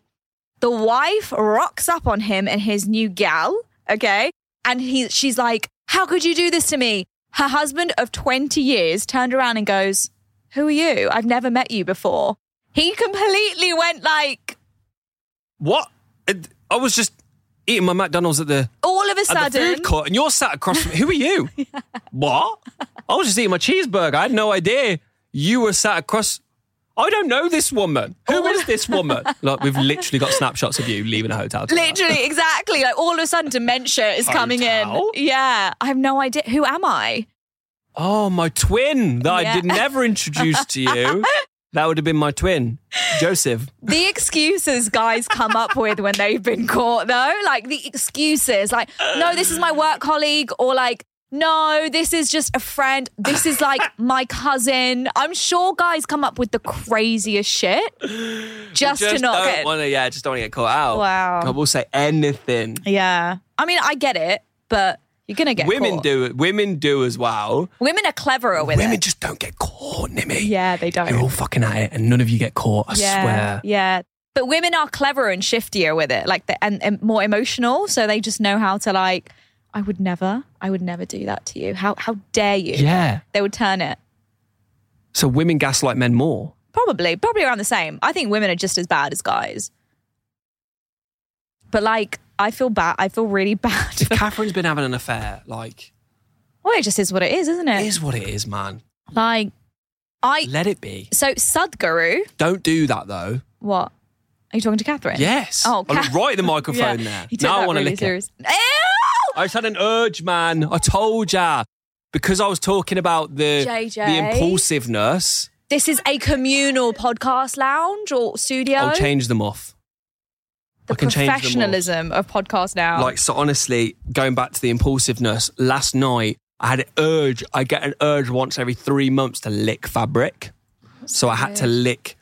[SPEAKER 1] The wife rocks up on him and his new gal, okay? And he she's like, "How could you do this to me?" Her husband of 20 years turned around and goes, "Who are you? I've never met you before." He completely went like
[SPEAKER 2] what? Uh, I was just eating my McDonald's at the,
[SPEAKER 1] all of a
[SPEAKER 2] at the
[SPEAKER 1] sudden
[SPEAKER 2] food court, and you're sat across from Who are you? What? I was just eating my cheeseburger. I had no idea you were sat across. I don't know this woman. Who is this woman? Like we've literally got snapshots of you leaving a hotel. tonight.
[SPEAKER 1] Literally, exactly. Like all of a sudden, dementia is coming
[SPEAKER 2] Hotel?
[SPEAKER 1] in. Yeah, I have no idea. Who am I?
[SPEAKER 2] Oh, my twin that I
[SPEAKER 1] Yeah.
[SPEAKER 2] did never introduce to you. That would have been my twin, Joseph.
[SPEAKER 1] The excuses guys come up with when they've been caught, though, like the excuses, like, no, this is my work colleague, or like, no, this is just a friend. This is like my cousin. I'm sure guys come up with the craziest shit just, to not
[SPEAKER 2] don't
[SPEAKER 1] get.
[SPEAKER 2] want to. Yeah, just don't want to get caught out.
[SPEAKER 1] Wow.
[SPEAKER 2] I will say anything.
[SPEAKER 1] yeah. I mean, I get it, but you're going to get
[SPEAKER 2] women
[SPEAKER 1] caught.
[SPEAKER 2] do it. Women do as well.
[SPEAKER 1] Women are cleverer with
[SPEAKER 2] Women
[SPEAKER 1] it.
[SPEAKER 2] just don't get caught, Nimmy.
[SPEAKER 1] Yeah, they don't.
[SPEAKER 2] You're all fucking at it, and none of you get caught. I
[SPEAKER 1] yeah.
[SPEAKER 2] swear.
[SPEAKER 1] Yeah. But women are cleverer and shiftier with it, like the, and, and more emotional. So they just know how to like, I would never, I would never do that to you. How how dare you?
[SPEAKER 2] Yeah.
[SPEAKER 1] They would turn it.
[SPEAKER 2] So women gaslight men more.
[SPEAKER 1] Probably, probably around the same. I think women are just as bad as guys. But like, I feel bad. I feel really bad.
[SPEAKER 2] If
[SPEAKER 1] For,
[SPEAKER 2] Catherine's been having an affair, like,
[SPEAKER 1] well, it just is what it is, isn't it?
[SPEAKER 2] it is what it is, man.
[SPEAKER 1] Like, I
[SPEAKER 2] Let it be.
[SPEAKER 1] so Sadhguru.
[SPEAKER 2] Don't do that though.
[SPEAKER 1] What are you talking to, Catherine?
[SPEAKER 2] Yes.
[SPEAKER 1] Oh,
[SPEAKER 2] I
[SPEAKER 1] Ca-
[SPEAKER 2] was right in the
[SPEAKER 1] Yeah.
[SPEAKER 2] microphone there.
[SPEAKER 1] He took
[SPEAKER 2] Now I
[SPEAKER 1] that
[SPEAKER 2] want to
[SPEAKER 1] really
[SPEAKER 2] lick it.
[SPEAKER 1] serious. Ew!
[SPEAKER 2] I just had an urge, man. I told ya. Because I was talking about the
[SPEAKER 1] JJ.
[SPEAKER 2] the impulsiveness,
[SPEAKER 1] This is a communal podcast lounge or studio.
[SPEAKER 2] I'll change them off.
[SPEAKER 1] the
[SPEAKER 2] I can change them all.
[SPEAKER 1] professionalism of podcast now.
[SPEAKER 2] Like so, honestly, going back to the impulsiveness, last night I had an urge. I get an urge once every three months to lick fabric, so I had to lick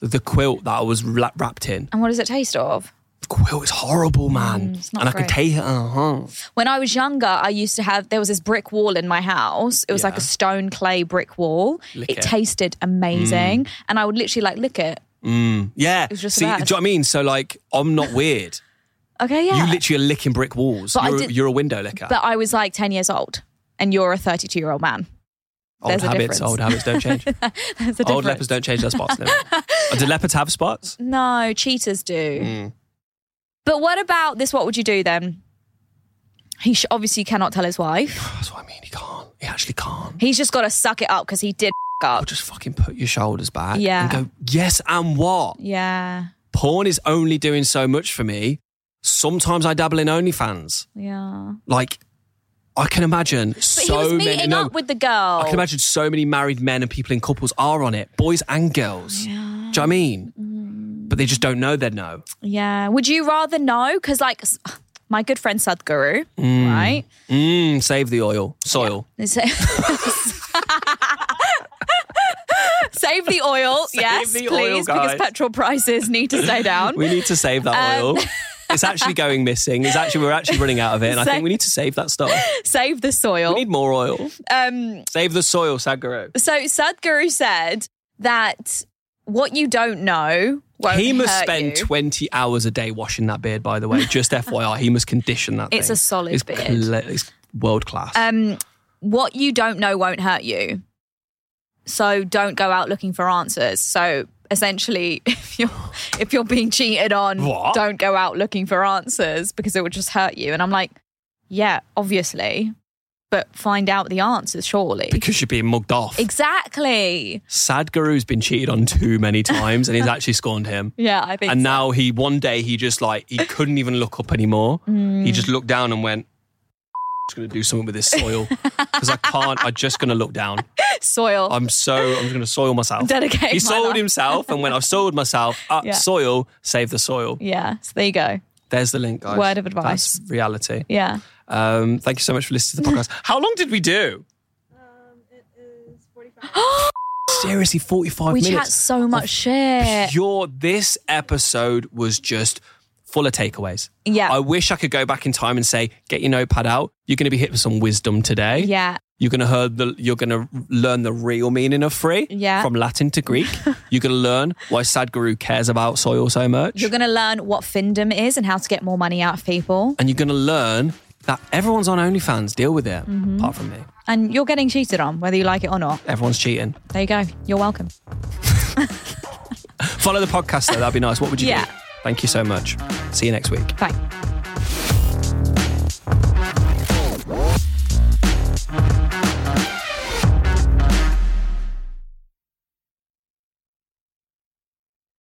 [SPEAKER 2] the quilt that I was wla- wrapped in.
[SPEAKER 1] and what does it taste of?
[SPEAKER 2] Quilt is horrible, man,
[SPEAKER 1] Mm, it's not
[SPEAKER 2] and I
[SPEAKER 1] great.
[SPEAKER 2] could take it. Uh-huh.
[SPEAKER 1] When I was younger, I used to have there was this brick wall in my house. It was like
[SPEAKER 2] Yeah.
[SPEAKER 1] a stone clay brick wall.
[SPEAKER 2] Lick
[SPEAKER 1] it,
[SPEAKER 2] it. Mm.
[SPEAKER 1] tasted amazing, and I would literally like lick it.
[SPEAKER 2] Yeah,
[SPEAKER 1] was just
[SPEAKER 2] see, do you
[SPEAKER 1] the
[SPEAKER 2] know
[SPEAKER 1] best.
[SPEAKER 2] what I mean? So like, I'm not weird.
[SPEAKER 1] Okay, yeah.
[SPEAKER 2] You literally are licking brick walls.
[SPEAKER 1] But I
[SPEAKER 2] You're,
[SPEAKER 1] did-
[SPEAKER 2] you're a window licker.
[SPEAKER 1] but I was like ten years old, and you're a thirty-two year old man.
[SPEAKER 2] old
[SPEAKER 1] there's a
[SPEAKER 2] habits,
[SPEAKER 1] difference.
[SPEAKER 2] old habits don't change.
[SPEAKER 1] There's a
[SPEAKER 2] Old
[SPEAKER 1] difference.
[SPEAKER 2] leopards don't change their spots. do they? Oh, do leopards have spots?
[SPEAKER 1] No, cheaters do.
[SPEAKER 2] Mm.
[SPEAKER 1] But what about this? What would you do then? He sh- obviously cannot tell his wife.
[SPEAKER 2] That's what I mean. He can't. He actually can't.
[SPEAKER 1] He's just got to suck it up because he did
[SPEAKER 2] Or
[SPEAKER 1] up.
[SPEAKER 2] just fucking put your shoulders back
[SPEAKER 1] Yeah.
[SPEAKER 2] and go, yes, and what?
[SPEAKER 1] Yeah,
[SPEAKER 2] Porn is only doing so much for me. Sometimes I dabble in OnlyFans.
[SPEAKER 1] yeah.
[SPEAKER 2] Like, I can imagine
[SPEAKER 1] But
[SPEAKER 2] so
[SPEAKER 1] he was
[SPEAKER 2] many.
[SPEAKER 1] meeting
[SPEAKER 2] no,
[SPEAKER 1] up with the girl.
[SPEAKER 2] I can imagine so many married men and people in couples are on it, boys and girls. Do you know what I mean?
[SPEAKER 1] Mm.
[SPEAKER 2] but they just don't know they know.
[SPEAKER 1] Yeah. Would you rather know? Because, like, s- my good friend Sadhguru, right?
[SPEAKER 2] Mm, save the oil, soil.
[SPEAKER 1] They say- Save the oil,
[SPEAKER 2] Save
[SPEAKER 1] yes,
[SPEAKER 2] the oil,
[SPEAKER 1] please,
[SPEAKER 2] guys.
[SPEAKER 1] because petrol prices need to stay down.
[SPEAKER 2] We need to save that
[SPEAKER 1] Um,
[SPEAKER 2] oil. it's actually going missing. It's actually we're actually running out of it, and I
[SPEAKER 1] Sa-
[SPEAKER 2] think we need to save that stuff.
[SPEAKER 1] Save the soil.
[SPEAKER 2] We need more oil.
[SPEAKER 1] um,
[SPEAKER 2] Save the soil, Sadhguru.
[SPEAKER 1] so Sadhguru said that what you don't know won't
[SPEAKER 2] He must
[SPEAKER 1] hurt
[SPEAKER 2] spend
[SPEAKER 1] you.
[SPEAKER 2] 20 hours a day washing that beard, by the way. Just FYI, he must condition that
[SPEAKER 1] It's
[SPEAKER 2] thing.
[SPEAKER 1] a solid
[SPEAKER 2] it's
[SPEAKER 1] beard.
[SPEAKER 2] cle- it's world class.
[SPEAKER 1] um, what you don't know won't hurt you. So don't go out looking for answers. So essentially, if you're if you're being cheated on,
[SPEAKER 2] What?
[SPEAKER 1] don't go out looking for answers because it would just hurt you. And I'm like, yeah, obviously, but find out the answers surely.
[SPEAKER 2] because you're being mugged off.
[SPEAKER 1] exactly.
[SPEAKER 2] Sadhguru's been cheated on too many times and he's actually scorned him.
[SPEAKER 1] Yeah, I think.
[SPEAKER 2] And
[SPEAKER 1] so.
[SPEAKER 2] now he, one day, he just like, he couldn't even look up anymore.
[SPEAKER 1] Mm.
[SPEAKER 2] He just looked down and went, I'm just going to do something with this soil because I can't. I'm just going to look down.
[SPEAKER 1] soil.
[SPEAKER 2] I'm so, I'm just going to soil myself.
[SPEAKER 1] Dedicate
[SPEAKER 2] He
[SPEAKER 1] my
[SPEAKER 2] soiled
[SPEAKER 1] life.
[SPEAKER 2] himself. And when I've soiled myself, uh,
[SPEAKER 1] Yeah.
[SPEAKER 2] soil, save the soil.
[SPEAKER 1] yeah. So there you go.
[SPEAKER 2] There's the link, guys.
[SPEAKER 1] Word of
[SPEAKER 2] That's
[SPEAKER 1] advice.
[SPEAKER 2] reality.
[SPEAKER 1] Yeah.
[SPEAKER 2] Um, thank you so much for listening to the podcast. How long did we do? Seriously, 45
[SPEAKER 1] We chat
[SPEAKER 2] minutes.
[SPEAKER 1] so much shit.
[SPEAKER 2] Your this episode was just full of takeaways.
[SPEAKER 1] Yeah.
[SPEAKER 2] I wish I could go back in time and say, get your notepad out. You're going to be hit with some wisdom today.
[SPEAKER 1] Yeah.
[SPEAKER 2] You're going to heard the you're going to learn the real meaning of free
[SPEAKER 1] Yeah.
[SPEAKER 2] from Latin to Greek. you're going to learn why Sadhguru cares about soil so much.
[SPEAKER 1] You're going to learn what Findom is and how to get more money out of people.
[SPEAKER 2] and you're going to learn that everyone's on OnlyFans. Deal with it, apart from me.
[SPEAKER 1] And you're getting cheated on, whether you like it or not.
[SPEAKER 2] Everyone's cheating.
[SPEAKER 1] There you go. You're welcome.
[SPEAKER 2] Follow the podcast though. That'd be nice. What would you
[SPEAKER 1] Yeah.
[SPEAKER 2] do? Thank you so much. See you next week.
[SPEAKER 1] Bye.